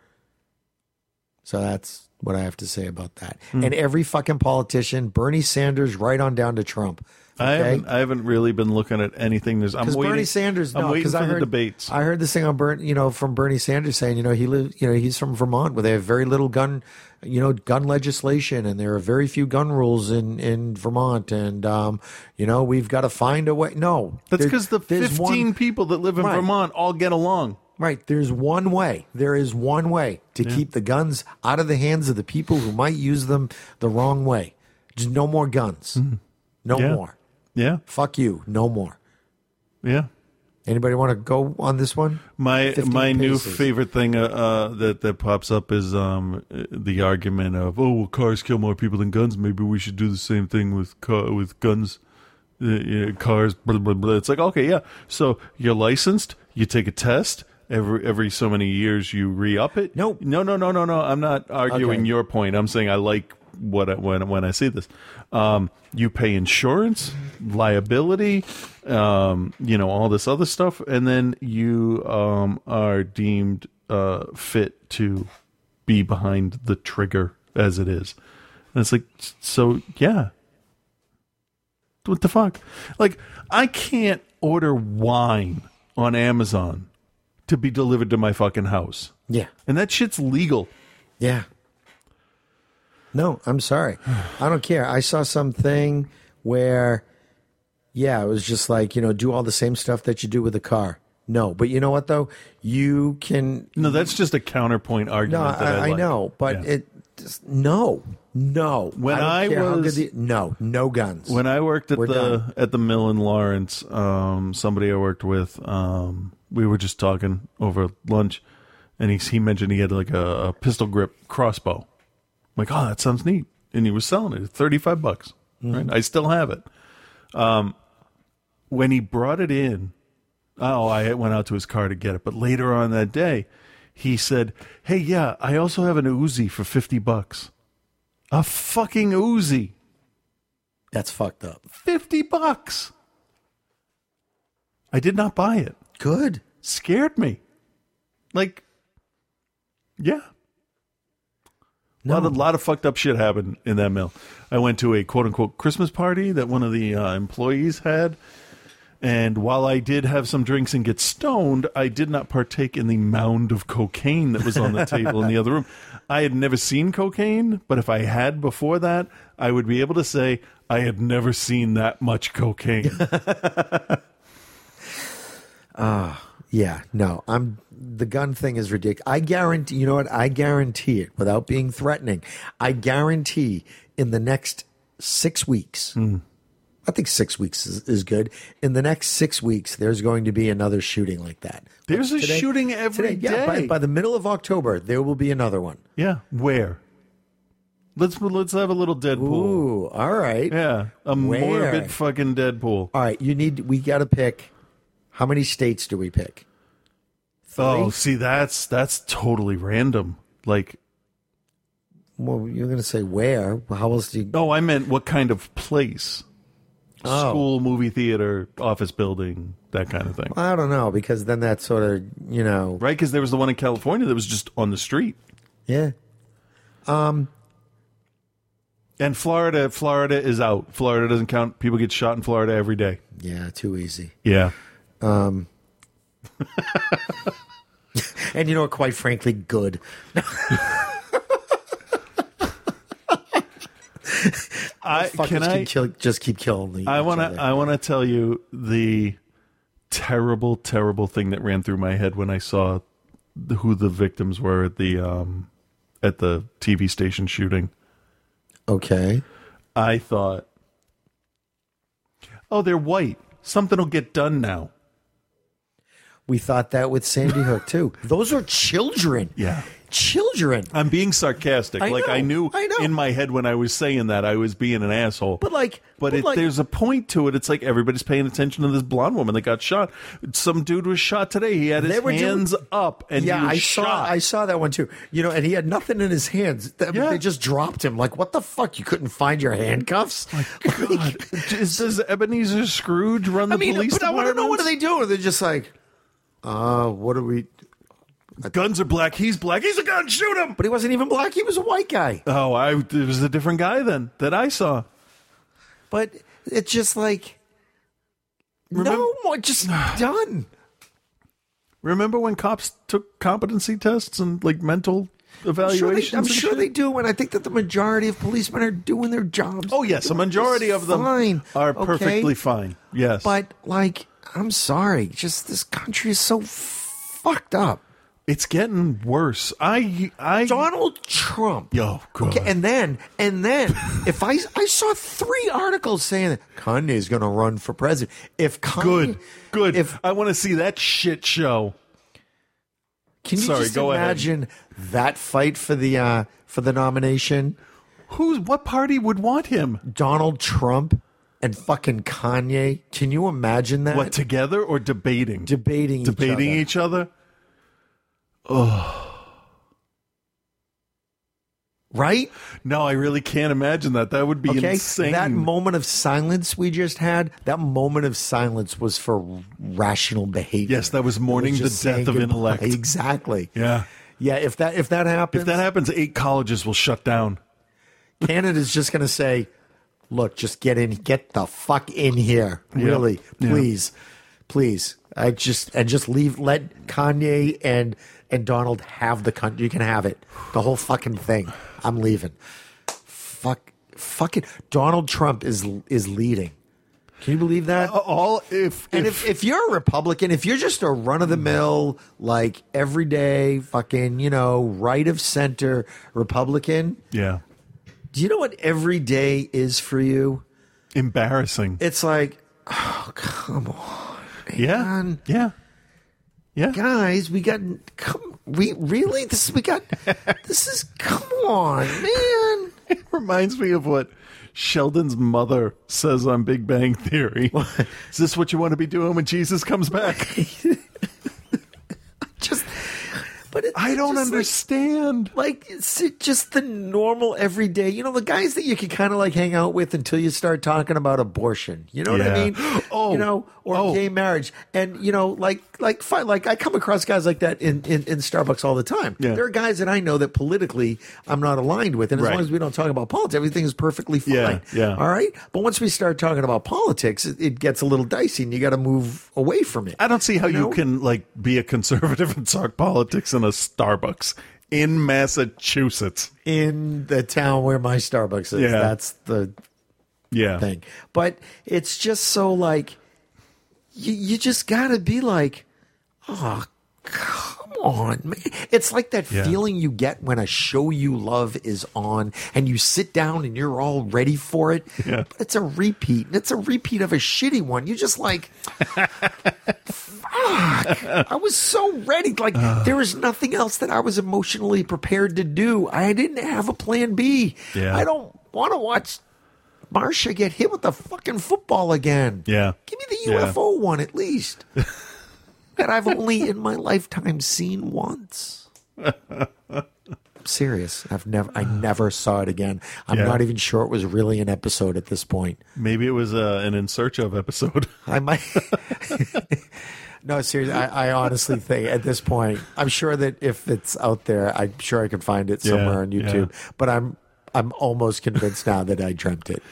So that's what I have to say about that.
Hmm.
And every fucking politician, Bernie Sanders, right on down to Trump.
I
okay?
haven't. I haven't really been looking at anything. There's. I'm
Because
waiting.
Bernie Sanders,
I'm
no,
waiting
'cause
for
I
the
heard,
debate.
I heard this thing on Bern, you know, from Bernie Sanders saying, you know, he lives, you know, he's from Vermont where they have very little gun, you know, gun legislation, and there are very few gun rules in in Vermont, and um, you know, we've got to find a way. No,
That's
there-
because the
there's
15
one-
people that live in
Right.
Vermont all get along.
Right. There's one way. There is one way to
Yeah.
keep the guns out of the hands of the people who might use them the wrong way. Just no more guns. No
Mm-hmm. Yeah.
more.
Yeah.
Fuck you. No more.
Yeah.
Anybody want to go on this one?
My
15
my new
paces.
favorite thing uh, uh, that that pops up is um uh, the argument of oh well cars kill more people than guns maybe we should do the same thing with car with guns uh, yeah, cars blah, blah blah it's like okay yeah so you're licensed you take a test every every so many years you re up it no no no no no no I'm not arguing
Okay.
your point I'm saying I like what I, when when I see this um you pay insurance liability um, you know, all this other stuff, and then you um, are deemed uh, fit to be behind the trigger as it is. And it's like, so yeah, what the fuck? Like, I can't order wine on Amazon to be delivered to my fucking house.
Yeah.
And that shit's legal.
Yeah. No, I'm sorry. I don't care. I saw something where, yeah, it was just like, you know, do all the same stuff that you do with a car. No, but you know what though? You can
No, that's just a counterpoint
No,
argument. that
I, I,
like.
know, but it just, no, no.
When
don't
I
care how
was-
good the- no, no guns.
When I worked at
We're
the
done.
at the mill in Lawrence, um, somebody I worked with, um, we were just talking over lunch, and he he mentioned he had like a, a pistol grip crossbow. I'm like, oh, that sounds neat, and he was selling it at thirty five bucks.
Mm-hmm.
Right,
Mhm.
I still have it. Um, when he brought it in, oh, I went out to his car to get it, but later on that day, he said, "Hey, yeah, I also have an Uzi for fifty bucks." A fucking Uzi.
That's fucked up.
50 bucks. I did not buy it.
Good.
Scared me. Like, yeah. A lot, of, lot of fucked up shit happened in that mill. I went to a quote unquote Christmas party that one of the uh, employees had. And while I did have some drinks and get stoned, I did not partake in the mound of cocaine that was on the table in the other room. I had never seen cocaine, but if I had before that, I would be able to say I had never seen that much cocaine.
Ah, yeah, no. I'm the gun thing is ridiculous. I guarantee. You know what? I guarantee it without being threatening. I guarantee in the next six weeks.
Hmm.
I think six weeks is, is good. In the next six weeks, there's going to be another shooting like that.
There's a
Today-
shooting every day.
today- yeah, by, by the middle of October, there will be another one.
Yeah, where? Let's let's have a little Deadpool.
Ooh, all right.
Yeah, a morbid fucking Deadpool.
All right, you need. We got to pick. How many states do we pick?
Oh,
Three?
see, that's that's totally random. Like,
Well, you're going to say where? How else do you?
oh, I meant what kind of place?
Oh.
school, movie theater, office building, that kind of thing.
I don't know because then that sort of you know
right because there was the one in California that was just on the street.
Yeah. Um.
And Florida, Florida is out. Florida doesn't count. People get shot in Florida every day.
Yeah, too easy.
Yeah.
Um. and you know, what, quite frankly, good.
I
Fuckers
can I
keep kill, just keep killing me.
I want to I want to tell you the terrible terrible thing that ran through my head when I saw the- who the victims were at the um at the TV station shooting.
Okay.
I thought Oh, they're white. Something'll get done now.
We thought that with Sandy Hook too. Those are children.
Yeah. Uh,
Children.
I'm being sarcastic.
I
like I
know,
knew in my head when I was saying that I was being an asshole.
But like,
But,
but
it,
like-
there's a point to it. It's like everybody's paying attention to this blonde woman that got shot. Some dude was shot today. He had his
were doing-
hands up, and
yeah,
he was
I
shot. Oh
saw I saw that one too. You know, and he had nothing in his hands. Th- They just dropped him. Like, what the fuck? You couldn't find your handcuffs?
God, does, does Ebenezer Scrooge run the
I mean,
police
but I want to know what are
departments?
they doing? They're just like, uh, what are we?
Guns are black. He's black. He's a gun. Shoot him.
But he wasn't even black. He was a white guy.
Oh, I it was a different guy then that I saw.
But it's just like, no, more, just done.
Remember when cops took competency tests and like mental
I'm sure,
evaluations?
they, I'm
and
sure
shit?
they do, and I think that the majority of policemen are doing their jobs.
Oh yes, a majority of them
Fine,
are
okay?
perfectly fine. Yes,
But like, I'm sorry, just this country is so fucked up.
It's getting worse. I, I,
Donald Trump.
Yo, God.
Okay, and then, and then, if I, I saw three articles saying that Kanye's going to run for president. If Kanye,
good, good. I want to see that shit show.
Can you
Sorry,
just
go ahead.
imagine that fight for the uh, for the nomination?
Who's what party would want him?
Donald Trump and fucking Kanye. Can you imagine that?
What together or debating?
debating,
debating
each
each other. Oh,
other, right?
no, I really can't imagine that. That would be
okay,
insane.
that moment of silence we just had. That moment of silence was for rational behavior.
yes, that was mourning the
just
death
saying
of
goodbye.
intellect.
Exactly.
Yeah,
Yeah, if that if that happens,
if that happens, eight colleges will shut down.
Canada's just going to say, "Look, just get in, get the fuck in here,
Yeah.
really,
Yeah.
please, please." I just and just leave. Let Kanye and and Donald have the country. You can have it, the whole fucking thing. I'm leaving. Fuck, fucking Donald Trump is is leading. Can you believe that?
All if
Oh, And if, if you're a Republican, if you're just a run of the mill, like everyday fucking, you know, right of center Republican,
yeah,
do you know what every day is for you?
embarrassing.
It's like, oh, come on.
Yeah.
man.
Yeah. Yeah.
Guys, we got come we really this we got this is come on, man.
It reminds me of what Sheldon's mother says on Big Bang Theory. Is this what you want to be doing when Jesus comes back?
Just but it,
I don't
just like-
understand.
Like, it's just the normal everyday, you know, the guys that you can kind of like hang out with until you start talking about abortion. You know what I
Yeah.
mean?
Oh.
you know, or
Oh.
gay marriage, and you know, like, like, fine, like I come across guys like that in in, in Starbucks all the time.
Yeah.
There are guys that I know that politically I'm not aligned with, and as
Right.
long as we don't talk about politics, everything is perfectly fine.
Yeah, yeah.
All right, but once we start talking about politics, it, it gets a little dicey, and you got to move away from it.
I don't see how you,
know?
can like be a conservative and talk politics in a Starbucks in Massachusetts.
in the town where my Starbucks is.
Yeah.
That's the
Yeah.
thing. But it's just so like you, you just gotta be like, oh come on, man. It's like that
Yeah.
feeling you get when a show you love is on and you sit down and you're all ready for it.
Yeah.
But it's a repeat. And it's a repeat of a shitty one. You're just like I was so ready. Like
Uh.
there was nothing else that I was emotionally prepared to do. I didn't have a plan B.
Yeah.
I don't want to watch Marcia get hit with the fucking football again.
Yeah.
Give me the
Yeah.
UFO one at least. that I've only in my lifetime seen once. I'm serious. I've never, I never saw it again. I'm
Yeah.
not even sure it was really an episode at this point.
Maybe it was uh, an in search of episode.
I might. No, seriously, I, I honestly think at this point, I'm sure that if it's out there, I'm sure I can find it
Yeah,
somewhere on YouTube.
yeah.
But I'm, I'm almost convinced now that I dreamt it.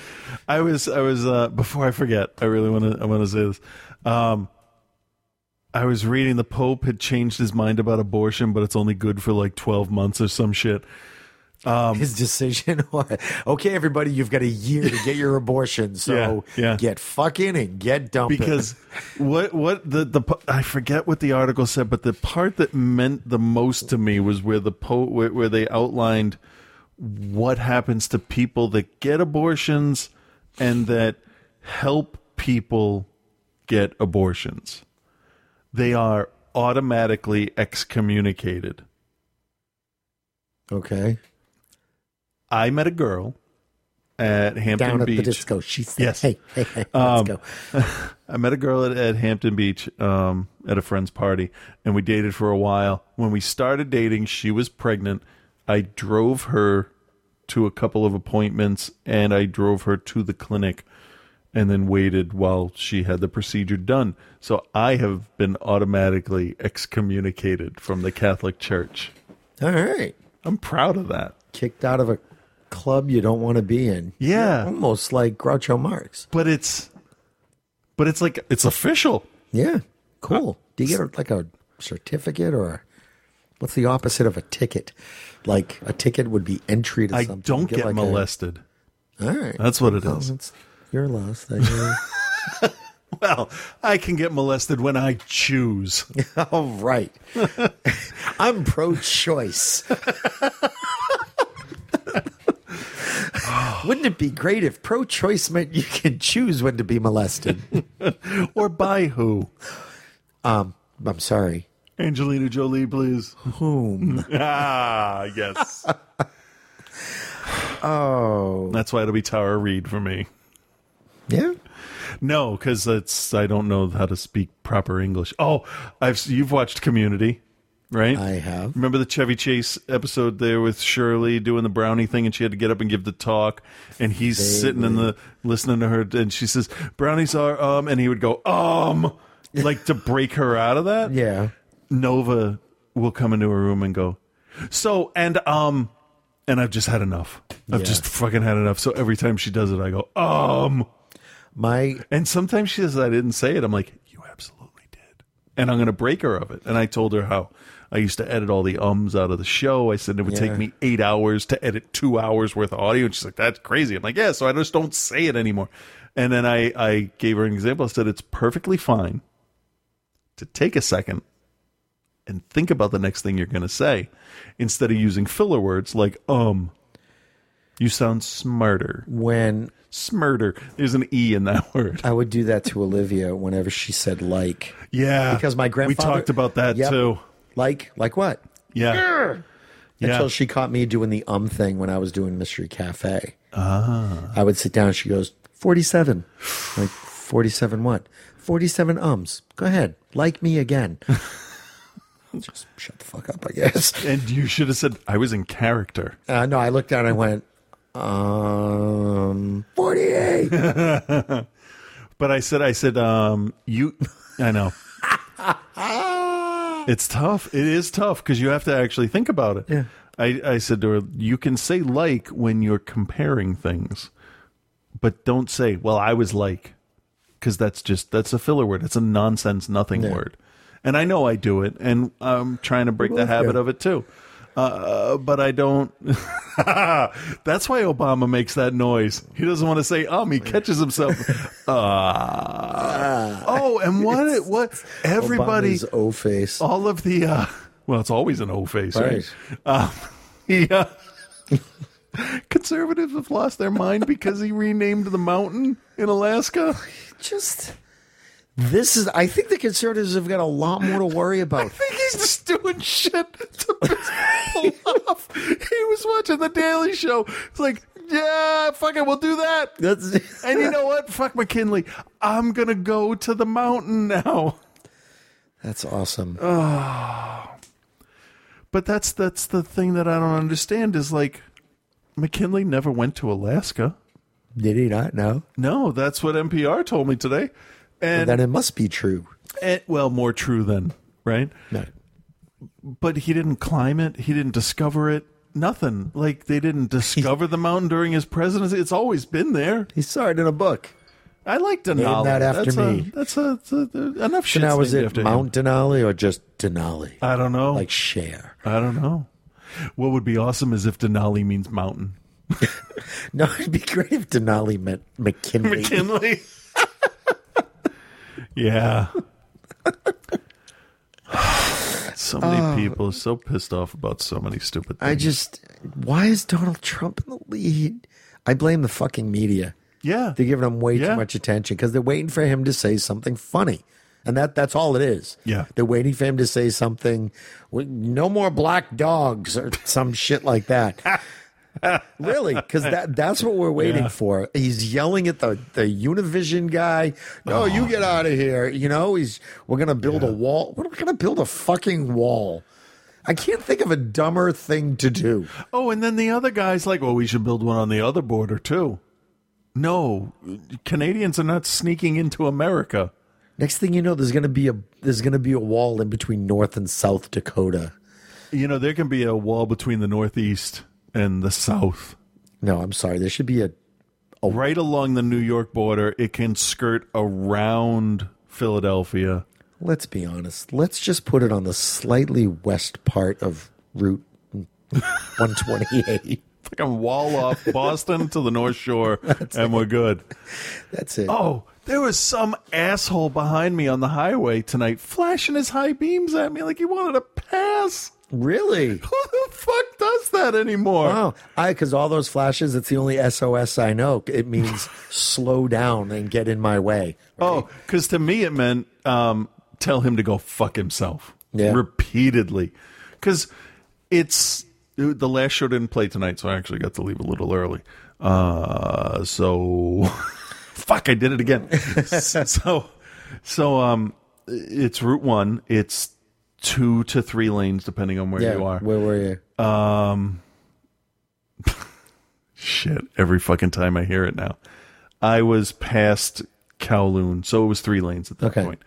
I was I was uh, before I forget. I really want to I want to say this. Um, I was reading the Pope had changed his mind about abortion, but it's only good for like twelve months or some shit. Um,
his decision. okay, everybody, you've got a year to get your abortion, so
Yeah, yeah.
get fucking and get dumping.
because what what the the po- I forget what the article said, but the part that meant the most to me was where the po- where, where they outlined what happens to people that get abortions and that help people get abortions. They are automatically excommunicated.
okay,
I met a girl at Hampton
down at
Beach.
the disco, she said,
Yes.
"Hey, hey, hey, let's
Um,
go."
I met a girl at, at Hampton Beach um, at a friend's party, and we dated for a while. When we started dating, she was pregnant. I drove her to a couple of appointments, and I drove her to the clinic, and then waited while she had the procedure done. So I have been automatically excommunicated from the Catholic Church.
All right,
I'm proud of that.
Kicked out of a club you don't want to be in.
Yeah.
You're almost like Groucho Marx.
But it's, but it's like it's official.
Yeah, cool. Do you get like a certificate or a- what's the opposite of a ticket? Like a ticket would be entry to
I
something.
don't get,
like a-
molested.
all right,
That's what it
Well,
is.
it's your loss. I guess.
Well, I can get molested when I choose.
All right. I'm pro choice. Wouldn't it be great if pro choice meant you can choose when to be molested?
or by who?
Um, I'm sorry.
Angelina Jolie, please.
Whom?
ah, yes.
oh.
That's why it'll be Tara Reid for me.
Yeah.
No, because it's I don't know how to speak proper English. Oh, I've you've watched Community, right? I
have.
Remember the Chevy Chase episode there with Shirley doing the brownie thing, and she had to get up and give the talk, and he's sitting in the listening to her, and she says brownies are um, and he would go um, like to break her out of that.
Yeah.
Nova will come into her room and go, so and um, and I've just had enough. I've
Yeah.
just fucking had enough. So every time she does it, I go um.
My
And sometimes she says, I didn't say it. I'm like, you absolutely did. And I'm going to break her of it. And I told her how I used to edit all the ums out of the show. I said it would
Yeah.
take me eight hours to edit two hours worth of audio. And she's like, that's crazy. I'm like, yeah, so I just don't say it anymore. And then I, I gave her an example. I said, it's perfectly fine to take a second and think about the next thing you're going to say instead of using filler words like, um, you sound smarter.
When
smarter, there's an E in that word.
I would do that to Olivia whenever she said like.
Yeah,
Because my
we
grandfather
talked about that
Yep.
too.
Like like what?
Yeah. Yeah.
Until she caught me doing the um thing when I was doing Mystery Cafe.
Ah.
I would sit down. She goes, 47. Like, 47 what? 47 ums. Go ahead. Like me again. Just shut the fuck up, I guess.
And you should have said I was in character.
Uh, no, I looked down and I went, um, 48.
But I said I said um you I know. it's tough. It is tough because you have to actually think about it. Yeah. I, I said to her, you can say like when you're comparing things, but don't say, well, I was like, because that's just, that's a filler word. It's a nonsense, nothing
Yeah.
word. And I know I do it, and I'm trying to break
We
the
both
habit
do.
of it too. Uh, but I don't. That's why Obama makes that noise. He doesn't want to say um. He catches himself. Ah. oh, and what? What? Everybody.
Obama's O face.
All of the. Uh, well, it's always an O face, right? Um, he, uh, conservatives have lost their mind because he renamed the mountain in Alaska.
Just. This is, I think the conservatives have got a lot more to worry about.
I think he's just doing shit to piss people off. He was watching the Daily Show. It's like, yeah, fuck it, we'll do that.
That's,
And you know what? Fuck McKinley. I'm gonna go to the mountain now. Uh.
that's awesome.
But that's that's the thing that I don't understand is like McKinley never went to Alaska.
Did he not? No.
No, that's what NPR told me today. And
then it must be true.
and- well, more true than right.
No.
But he didn't climb it. He didn't discover it. Nothing. Like they didn't discover the mountain during his presidency. It's always been there.
He saw it in a book.
I like
Named
Denali.
that after
that's
me.
A, that's a, that's a, uh, enough
So
shit.
now is
named
it
after him.
Mount Denali or just Denali?
I don't know.
Like share.
I don't know. What would be awesome is if Denali means mountain.
No, it'd be great if Denali meant McKinley.
McKinley. yeah. so many
Oh.
people are so pissed off about so many stupid things.
I just, why is Donald Trump in the lead? I blame the fucking media.
Yeah,
they're giving him way too much attention because they're waiting for him to say something funny, and that that's all it is.
Yeah.
they're waiting for him to say something. "We- No more black dogs or some shit like that. really, because that that's what we're waiting
Yeah.
for. He's yelling at the the Univision guy. No,
Oh.
you get out of here. You know, he's we're gonna build a wall. We're not gonna build a fucking wall. I can't think of a dumber thing to do.
Oh, and then the other guy's like, well, we should build one on the other border, too. No, Canadians are not sneaking into America.
Next thing you know, there's gonna be a there's gonna be a wall in between North and South Dakota.
You know, there can be a wall between the Northeast and the South.
No, I'm sorry. There should be a. Oh.
Right along the New York border, it can skirt around Philadelphia.
Let's be honest. Let's just put it on the slightly west part of Route 128.
Fucking wall off Boston to the North Shore, and we're good.
That's it.
Oh, there was some asshole behind me on the highway tonight, flashing his high beams at me like he wanted to pass.
Really?
Who the fuck does that anymore?
Wow. I because all those flashes, it's the only SOS I know. It means slow down and get in my way.
Oh, because to me it meant um, tell him to go fuck himself.
Yeah.
Repeatedly. Because it's the last show didn't play tonight, so I actually got to leave a little early. Uh, so fuck, I did it again. so, so um, it's Route One. It's two to three lanes depending on where
yeah.
you are.
Where were you?
Um, shit. Every fucking time I hear it now, I was past Kowloon, so it was three lanes at that
Okay.
point.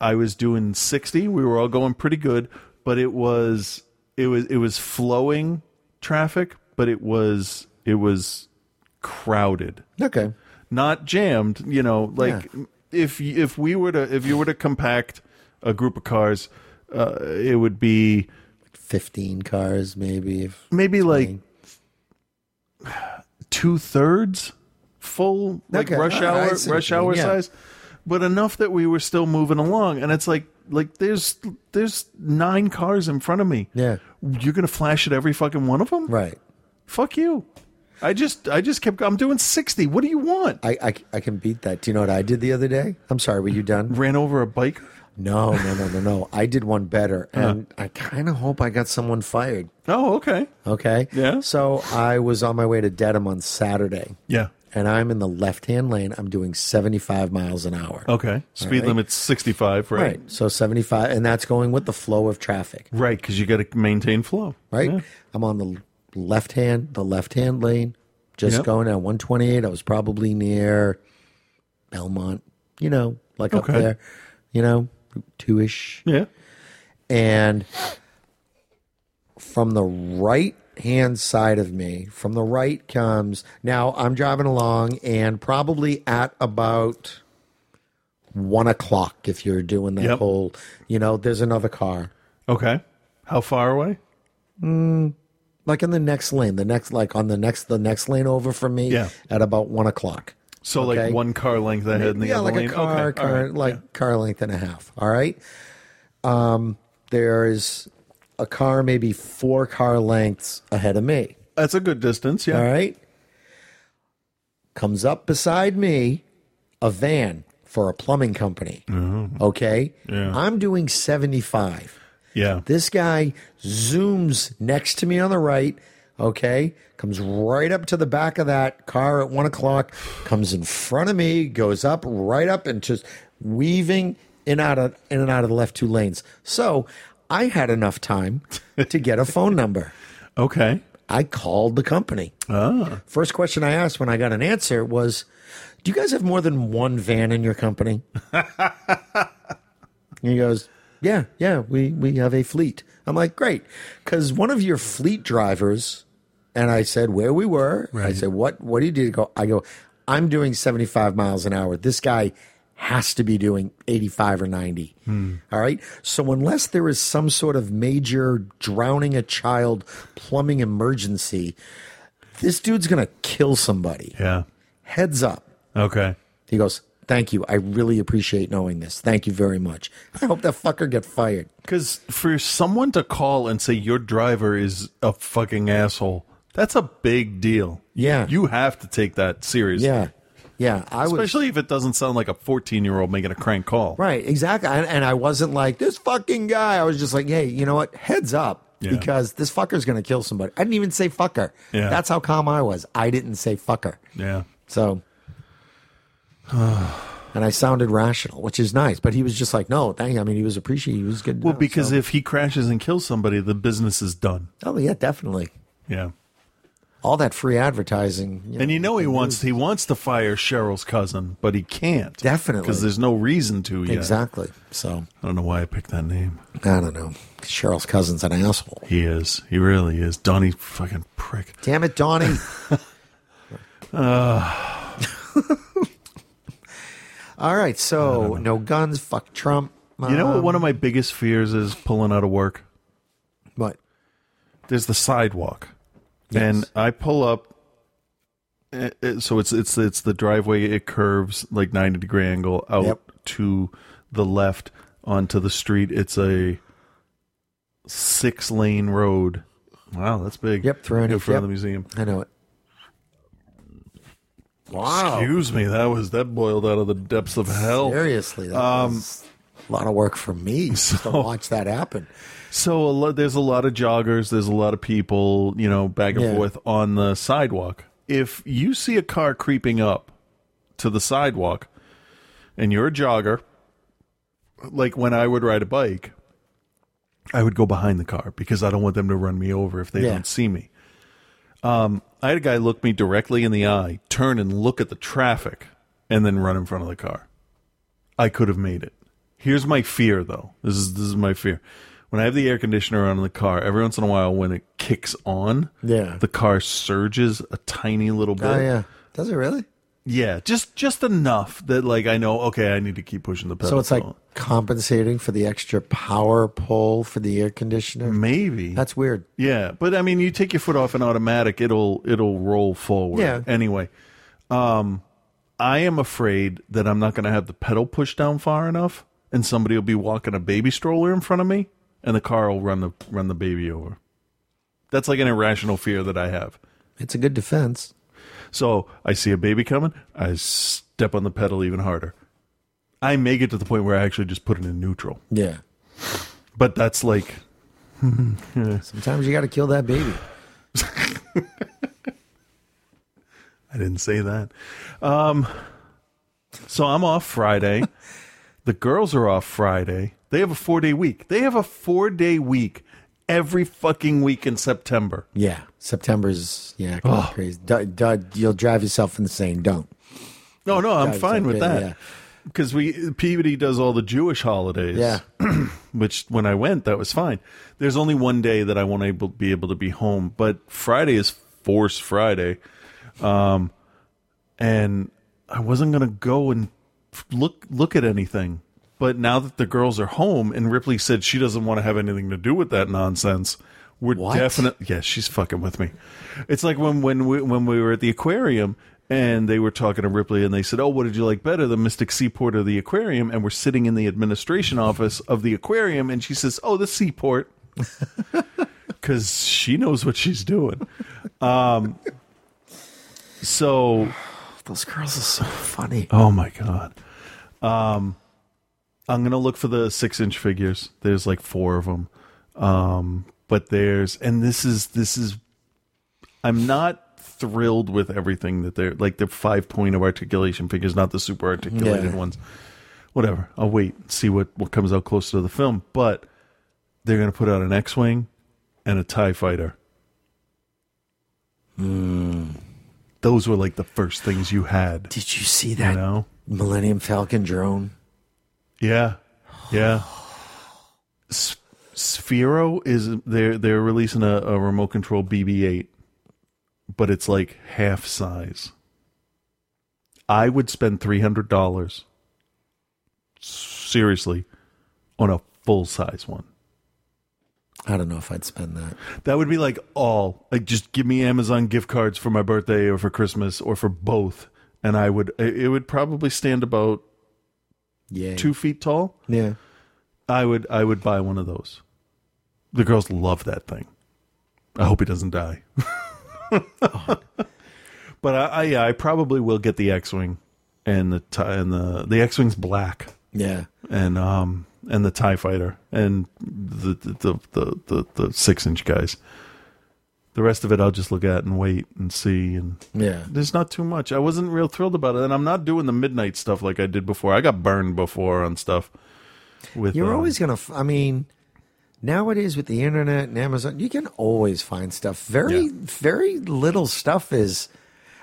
I was doing sixty. We were all going pretty good, but it was it was it was flowing traffic, but it was it was crowded
Okay.
not jammed. You know, like if y- if we were to if you were to compact a group of cars, uh, it would be
fifteen cars, maybe. If
maybe like two thirds full, like
Okay,
rush
all right, I
hour
see what
rush
you mean,
hour
yeah.
size, but enough that we were still moving along. And it's like like there's there's nine cars in front of me.
Yeah.
you're gonna flash at every fucking one of them,
right?
Fuck you. I just I just kept. I'm doing sixty. What do you want?
I, I I can beat that. Do you know what I did the other day? I'm sorry. Were you done?
Ran over a biker?
No, no, no, no, no. I did one better, and I kind of hope I got someone fired.
Oh, okay.
Okay.
Yeah.
So I was on my way to Dedham on Saturday.
Yeah.
And I'm in the left hand lane. I'm doing 75 miles an hour.
Okay. Speed
right.
limit's 65, right? Right,
So 75, and that's going with the flow of traffic.
cuz you got to maintain flow.
right?
Yeah.
I'm on the left hand, the left hand lane, just
Yep.
going at 128. I was probably near Belmont, you know, like
Okay.
up there, you know, two ish.
Yeah.
And from the right hand side of me, from the right comes now I'm driving along and probably at about one o'clock if you're doing that
Yep.
whole, you know, there's another car.
Okay. How far away?
Mm, like in the next lane, the next like on the next the next lane over from me
Yeah.
at about one o'clock.
So
Okay?
like one car length ahead and the
yeah,
other
like
lane.
a car,
okay. all
car
right.
like car length and a half. All right. Um, there's a car maybe four car lengths ahead of me.
That's a good distance, yeah.
All right. Comes up beside me a van for a plumbing company. Okay.
Oh. Yeah.
I'm doing 75.
Yeah.
This guy zooms next to me on the right. Okay. Comes right up to the back of that car at one o'clock, comes in front of me, goes up right up and just weaving in out of in and out of the left two lanes. So I had enough time to get a phone number.
okay.
I called the company.
Ah.
First question I asked when I got an answer was, "Do you guys have more than one van in your company?" And he goes, "Yeah, yeah, we we have a fleet." I'm like, "Great," because one of your fleet drivers, and I said where we were. I said, "What what do you do?" He Go, I go, "I'm doing 75 miles an hour. This guy has to be doing 85 or 90."
Hmm.
All right. So unless there is some sort of major drowning a child plumbing emergency, this dude's gonna kill somebody.
Yeah.
Heads up.
Okay.
He goes, Thank you. I really appreciate knowing this. Thank you very much. I hope that fucker get fired.
Because for someone to call and say your driver is a fucking asshole, that's a big deal.
Yeah.
You have to take that seriously.
Yeah. Yeah. I was
Especially if it doesn't sound like a 14 year old making a crank call.
Right, exactly. And, and I wasn't like this fucking guy. I was just like, hey, you know what? Heads up.
Yeah.
Because this fucker's gonna kill somebody. I didn't even say fucker.
Yeah.
That's how calm I was. I didn't say fucker.
Yeah.
So and I sounded rational, which is nice. But he was just like, no, thank you. I mean, he was appreciative. He was good.
Well, because if he crashes and kills somebody, the business is done.
Oh yeah, definitely.
Yeah.
All that free advertising. you
and you know he wants he wants to fire Cheryl's cousin, but he can't
Definitely.
because there's no reason to yet.
Exactly. So
I don't know why I picked that name.
I don't know. Cheryl's cousin's an asshole.
He is. He really is. Donnie fucking prick.
Damn it, Donnie.
Uh,
All right, so no guns, fuck Trump.
you know what?
Um,
One of my biggest fears is pulling out of work.
What?
There's the sidewalk,
Yes.
and I pull up. eh, eh, So it's it's it's the driveway. It curves like ninety degree angle out
Yep.
to the left onto the street. It's a six lane road. Wow, that's big. Yep,
throwing
in
it,
front of
yep.
the museum.
I know it. Wow.
Excuse me, that was that boiled out of the depths of hell.
Seriously, that
Um,
was a lot of work for me to watch that happen.
So a lot, there's a lot of joggers, there's a lot of people, you know, back and
Yeah.
forth on the sidewalk. If you see a car creeping up to the sidewalk and you're a jogger, like when I would ride a bike, I would go behind the car because I don't want them to run me over if they
Yeah.
don't see me. Um, I had a guy look me directly in the eye, turn and look at the traffic, and then run in front of the car. I could have made it. Here's my fear, though. This is this is my fear. When I have the air conditioner on in the car, every once in a while, when it kicks on,
Yeah.
the car surges a tiny little bit.
Oh yeah. Does it really?
yeah, just just enough that like I know, okay, I need to keep pushing the pedal.
So it's like
down.
compensating for the extra power pull for the air conditioner.
Maybe
that's weird.
Yeah, but I mean, you take your foot off an automatic, it'll it'll roll forward.
Yeah.
Anyway, um, I am afraid that I'm not going to have the pedal pushed down far enough, and somebody will be walking a baby stroller in front of me, and the car will run the run the baby over. That's like an irrational fear that I have.
It's a good defense.
So I see a baby coming, I step on the pedal even harder. I make it to the point where I actually just put it in neutral.
Yeah.
But that's like
Sometimes you got to kill that baby.
I didn't say that. Um, so I'm off Friday. the girls are off Friday. They have a four day week. They have a four day week every fucking week in September.
Yeah. Oh. September's yeah kind of crazy. Du- du- you'll drive yourself insane. Don't.
No, no, I'm
Yeah,
fine with
exactly, yeah.
that. Because we Peabody does all the Jewish holidays.
Yeah.
which when I went, that was fine. There's only one day that I won't able be able to be home, but Friday is Force Friday, um, and I wasn't gonna go and f- look look at anything. But now that the girls are home, and Ripley said she doesn't want to have anything to do with that nonsense, we're
What?
definitely yeah, she's fucking with me. It's like when when we when we were at the aquarium and they were talking to Ripley and they said, "Oh, what did you like better, the Mystic Seaport or the aquarium?" And we're sitting in the administration office of the aquarium, and she says, "Oh, the Seaport," because she knows what she's doing. Um, so
those girls are so funny.
Oh my god. Um, I'm gonna look for the six inch figures. There's like four of them. Um, but there's and this is this is. I'm not thrilled with everything that they're like the five point of articulation figures, not the super articulated
Yeah.
ones. Whatever. I'll wait and see what what comes out closer to the film. But They're going to put out an X-wing and a Tie fighter. Hmm. Those were like the first things you had.
Did you see that? Millennium Falcon drone.
Yeah, yeah. S- Sphero is they're they're releasing a, a remote control BB-8, but it's like half size. I would spend three hundred dollars, seriously, on a full size one.
I don't know if I'd spend that.
That would be like all like just give me Amazon gift cards for my birthday or for Christmas or for both, and I would it it would probably stand about
yeah
two feet tall.
Yeah.
I would I would buy one of those. The girls love that thing. I hope he doesn't die. but I, I yeah, I probably will get the X wing and the Ti- and the the X wing's black.
Yeah.
and um and the Tie fighter and the the the the, the, the six inch guys. The rest of it, I'll just look at and wait and see. And
Yeah.
there's not too much. I wasn't real thrilled about it, and I'm not doing the midnight stuff like I did before. I got burned before on stuff. With
You're
um,
always gonna. f- I mean, nowadays with the internet and Amazon, you can always find stuff. Very, very little stuff is.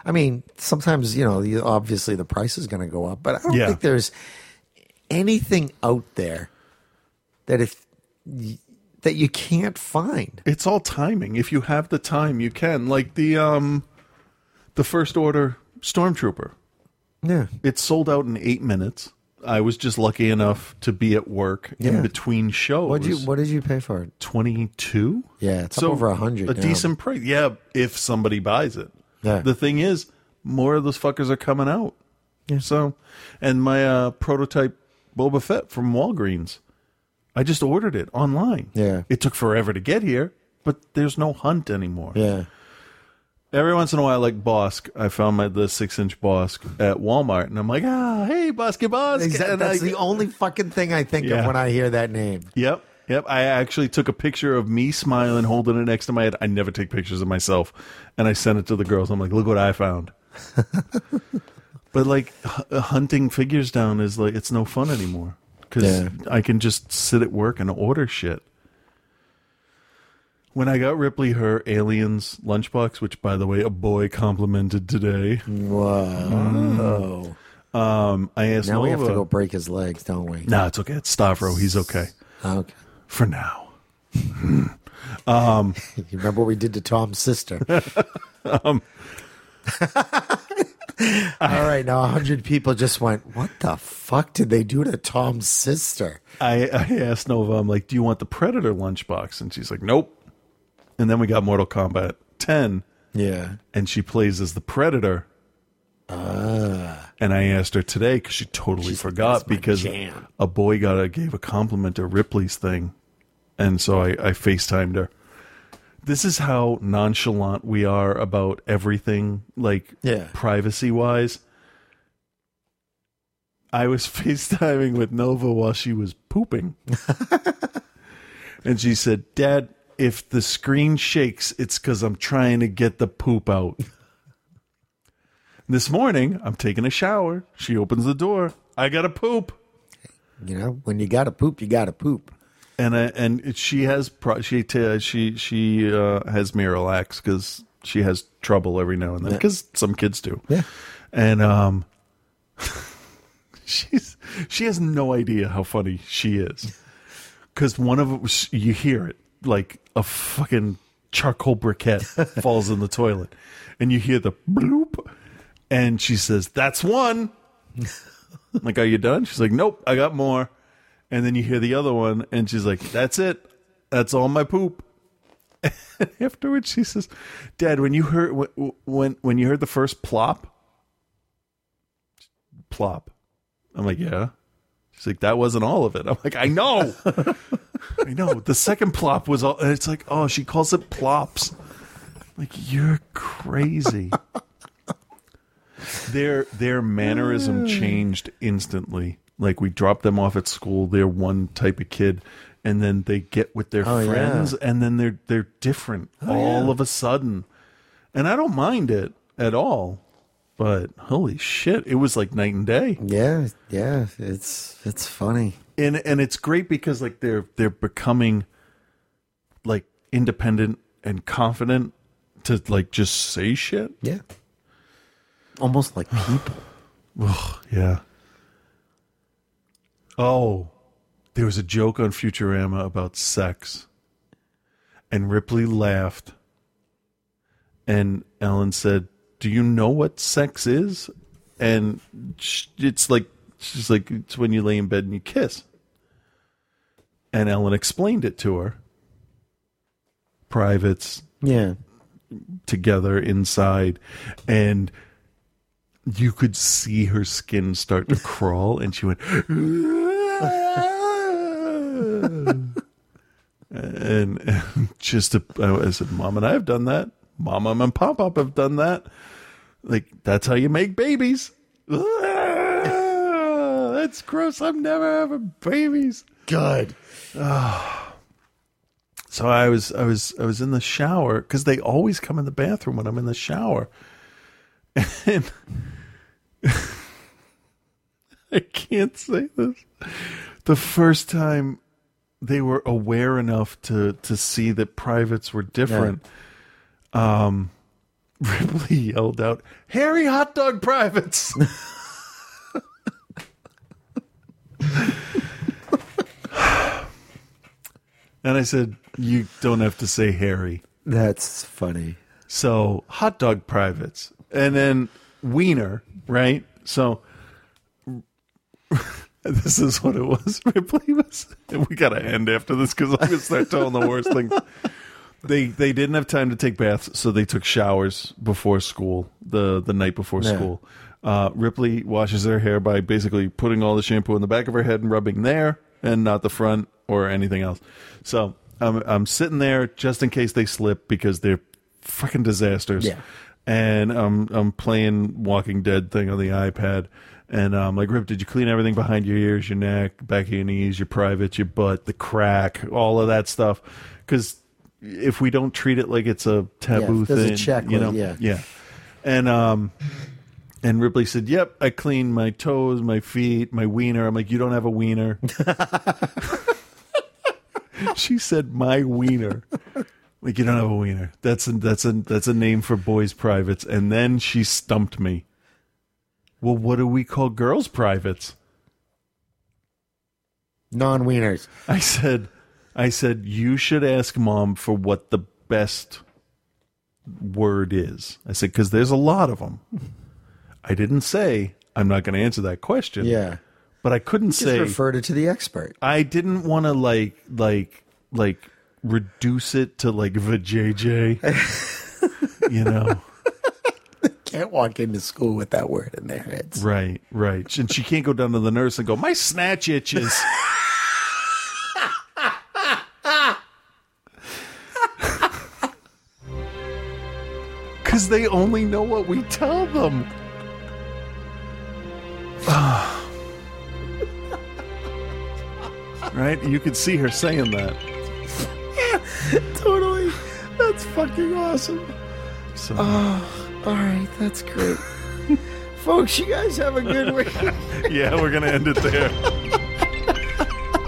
I mean, sometimes you know, you- obviously the price is going to go up, but I don't
Yeah.
think there's anything out there that if y- that you can't find.
It's all timing. If you have the time, you can. Like the um the first order stormtrooper.
Yeah.
It sold out in 8 minutes. I was just lucky enough to be at work
Yeah.
in between shows.
What you What did you pay for it?
22?
Yeah, it's up over 100
A
now.
decent price. Yeah, if somebody buys it.
Yeah.
The thing is, more of those fuckers are coming out.
Yeah.
So, and my uh, prototype Boba Fett from Walgreens, I just ordered it online.
Yeah.
It took forever to get here, but there's no hunt anymore.
Yeah.
Every once in a while, like Bosk, I found my the six inch Bosk at Walmart, and I'm like, ah, hey, Bosky Bosk.
Exactly.
And
That's
I-
the only fucking thing I think of
Yeah.
when I hear that name.
Yep. Yep. I actually took a picture of me smiling, holding it next to my head. I never take pictures of myself. And I sent it to the girls. I'm like, look what I found. but like h- uh, hunting figures down is like, it's no fun anymore because
Yeah.
I can just sit at work and order shit. When I got Ripley her aliens lunchbox, which by the way, a boy complimented today.
Mm. Whoa.
Um, I asked
Now we have to
Nova-
go break his legs, don't we?
No, it's okay. It's Stavro. He's okay.
Okay.
For now. um,
you remember what we did to Tom's sister?
um,
All right, now a hundred people just went. What the fuck did they do to Tom's sister?
I, I asked Nova, I'm like, do you want the Predator lunchbox? And she's like, nope. And then we got Mortal Kombat 10.
Yeah.
And she plays as the Predator. And I asked her today because she totally forgot because a boy got a, gave a compliment to Ripley's thing. And so I, I FaceTimed her. This is how nonchalant we are about everything, like
Yeah.
privacy wise. I was FaceTiming with Nova while she was pooping. and she said, Dad, if the screen shakes, it's because I'm trying to get the poop out. this morning, I'm taking a shower. She opens the door. I got to poop.
You know, when you got to poop, you got to poop.
And I, and it- she has pro- she ta she she uh, has Miralax because she has trouble every now and then
Yeah.
because some kids do.
Yeah.
and um, she's she has no idea how funny she is because one of you hear it like a fucking charcoal briquette falls in the toilet, and you hear the bloop, and she says, "That's one." I'm like, are you done? She's like, nope, I got more. And then you hear the other one, and she's like, that's it. That's all my poop. And afterwards, she says, Dad, when you heard when- when when you heard the first plop, plop. I'm like, yeah. She's like, that wasn't all of it. I'm like, I know, I know. The second plop was all. and It's like, oh, she calls it plops. I'm like you're crazy. their their mannerism changed instantly. Like we dropped them off at school, they're one type of kid, and then they get with their
Oh, yeah.
friends, and then they're they're different all of a sudden. And I don't mind it at all, but holy shit, it was like night and day.
Yeah, yeah. It's it's funny.
And and it's great because like they're they're becoming independent and confident to like just say shit.
Yeah. Almost like people.
Ugh, yeah. Oh, there was a joke on Futurama about sex. And Ripley laughed. And Ellen said, Do you know what sex is? And sh- it's like, she's like, it's when you lay in bed and you kiss. And Ellen explained it to her. Privates.
Yeah.
Together inside. And you could see her skin start to crawl, and she went, "Ah!" and, and just a, I said, "Mom and I have done that. Mama and Pop Pop have done that. Like that's how you make babies. Ah, that's gross. I'm never having babies.
Good.
so I was, I was, I was in the shower because they always come in the bathroom when I'm in the shower." and I can't say this. The first time they were aware enough to to see that privates were different, um, Ripley yelled out, "Harry hot dog privates!" and I said, "You don't have to say Harry."
That's funny.
So hot dog privates, and then wiener, right? So this is what it was. Ripley was. We gotta end after this because I'm gonna start telling the worst things. They they didn't have time to take baths, so they took showers before school the the night before
Yeah.
school. Uh, Ripley washes her hair by basically putting all the shampoo in the back of her head and rubbing there, and not the front or anything else. So I'm I'm sitting there just in case they slip because they're freaking disasters
Yeah.
and I'm I'm playing Walking Dead thing on the iPad, and I'm like, Rip, did you clean everything behind your ears, your neck, back of your knees, your privates, your butt, the crack, all of that stuff? Because if we don't treat it like it's a taboo
Yeah, there's a
thing,
checklist,
you know,
yeah.
yeah. And um, and Ripley said, "Yep, I cleaned my toes, my feet, my wiener." I'm like, "You don't have a wiener." she said, "My wiener." Like you don't have a wiener. That's a, that's a that's a name for boys privates. And then she stumped me. Well, what do we call girls privates?
Non wieners.
I said, I said you should ask mom for what the best word is. I said because there's a lot of them. I didn't say I'm not going to answer that question.
Yeah.
but I couldn't
Just
say
referred it to the expert.
I didn't want to like like like reduce it to like vajayjay. you know.
Can't walk into school with that word in their heads.
Right, right. And she can't go down to the nurse and go, my snatch itches. Because they only know what we tell them. Ah. right? You could see her saying that.
totally. That's fucking awesome.
So.
Oh, all right. That's great. Folks, you guys have a good week.
yeah, we're going to end it there.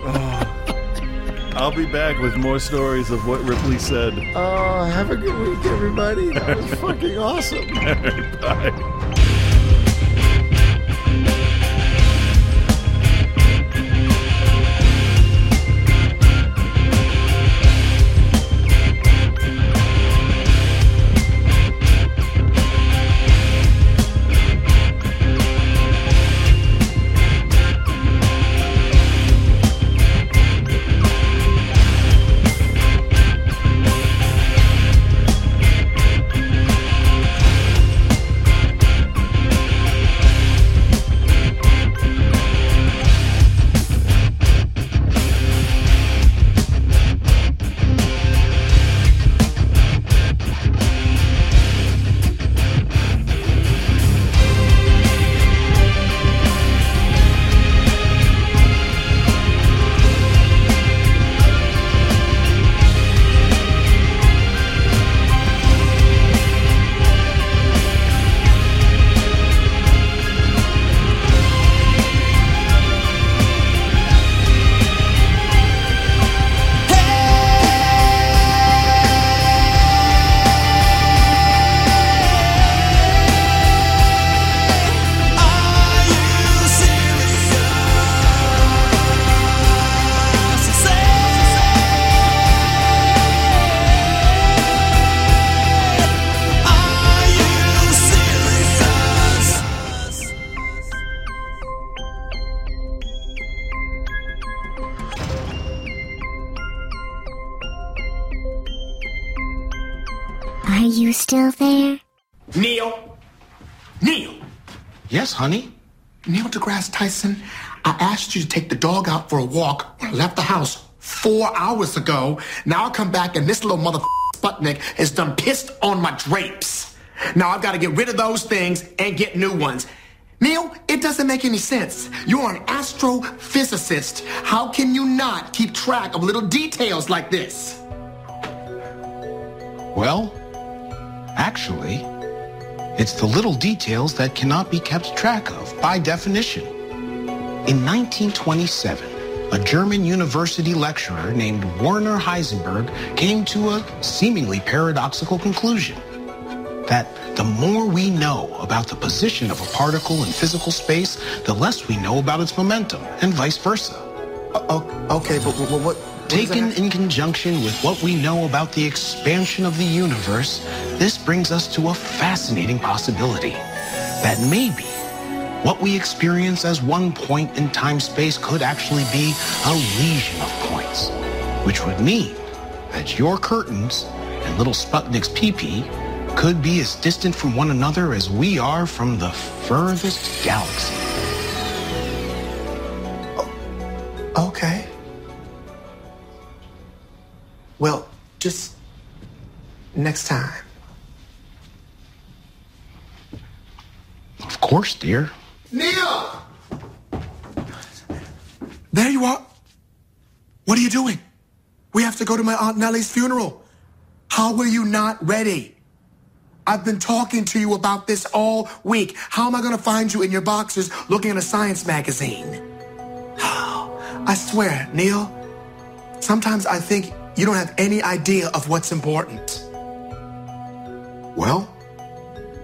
Oh. I'll be back with more stories of what Ripley said.
Oh, have a good week, everybody. That was fucking awesome.
All right, bye.
Are you still there?
Neil! Neil!
Yes, honey?
Neil deGrasse Tyson, I asked you to take the dog out for a walk when I left the house four hours ago. Now I come back and this little mother Sputnik has done pissed on my drapes. Now I've got to get rid of those things and get new ones. Neil, it doesn't make any sense. You are an astrophysicist. How can you not keep track of little details like this?
Well, actually, it's the little details that cannot be kept track of by definition. In 1927, a German university lecturer named Werner Heisenberg came to a seemingly paradoxical conclusion that the more we know about the position of a particle in physical space, the less we know about its momentum, and vice versa.
okay, but what? what
Taken in conjunction with what we know about the expansion of the universe, this brings us to a fascinating possibility that maybe what we experience as one point in time-space could actually be a legion of points, which would mean that your curtains and little Sputnik's pee-pee could be as distant from one another as we are from the furthest galaxy.
Okay. Well, just next time.
Of course, dear.
Neil! There you are. What are you doing? We have to go to my Aunt Nellie's funeral. How were you not ready? I've been talking to you about this all week. How am I going to find you in your boxes looking at a science magazine? I swear, Neil, sometimes I think you don't have any idea of what's important.
Well,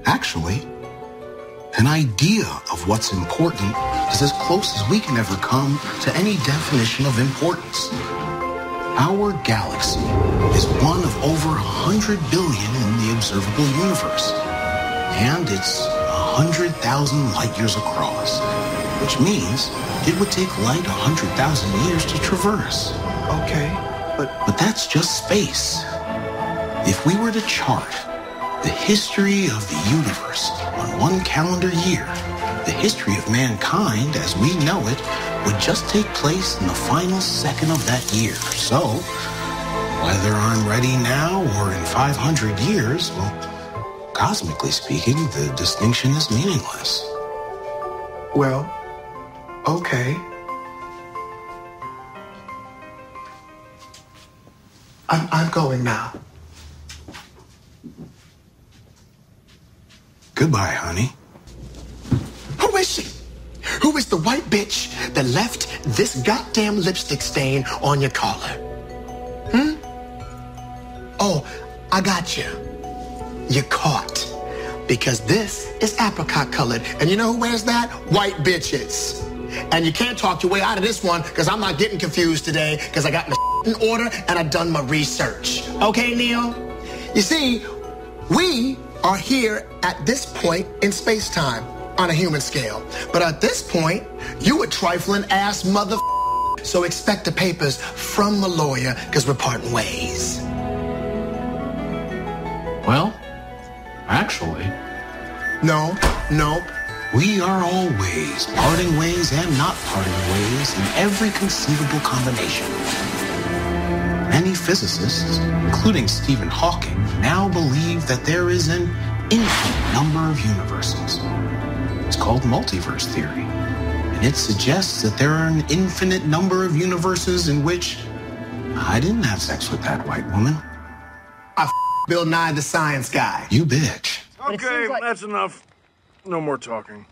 actually, an idea of what's important is as close as we can ever come to any definition of importance. Our galaxy is one of over 100 billion in the observable universe. And it's 100,000 light years across, which means it would take light 100,000 years to traverse.
Okay, but...
But that's just space. If we were to chart the history of the universe on one calendar year, the history of mankind as we know it would just take place in the final second of that year. So, whether I'm ready now or in 500 years, well, cosmically speaking, the distinction is meaningless.
Well, okay.
I'm, I'm going now.
Goodbye, honey.
Who is she? Who is the white bitch that left this goddamn lipstick stain on your collar? Hmm? Oh, I got you. You're caught. Because this is apricot colored. And you know who wears that? White bitches. And you can't talk your way out of this one because I'm not getting confused today because I got my in order and I've done my research. Okay, Neil? You see, we are here at this point in space time on a human scale. But at this point, you a trifling ass mother. So expect the papers from the lawyer because we're parting ways.
Well, actually.
No, no.
We are always parting ways and not parting ways in every conceivable combination. Many physicists, including Stephen Hawking, now believe that there is an infinite number of universes. It's called multiverse theory. And it suggests that there are an infinite number of universes in which I didn't have sex with that white woman.
I f- Bill Nye the science guy.
You bitch.
Okay, that's enough. No more talking.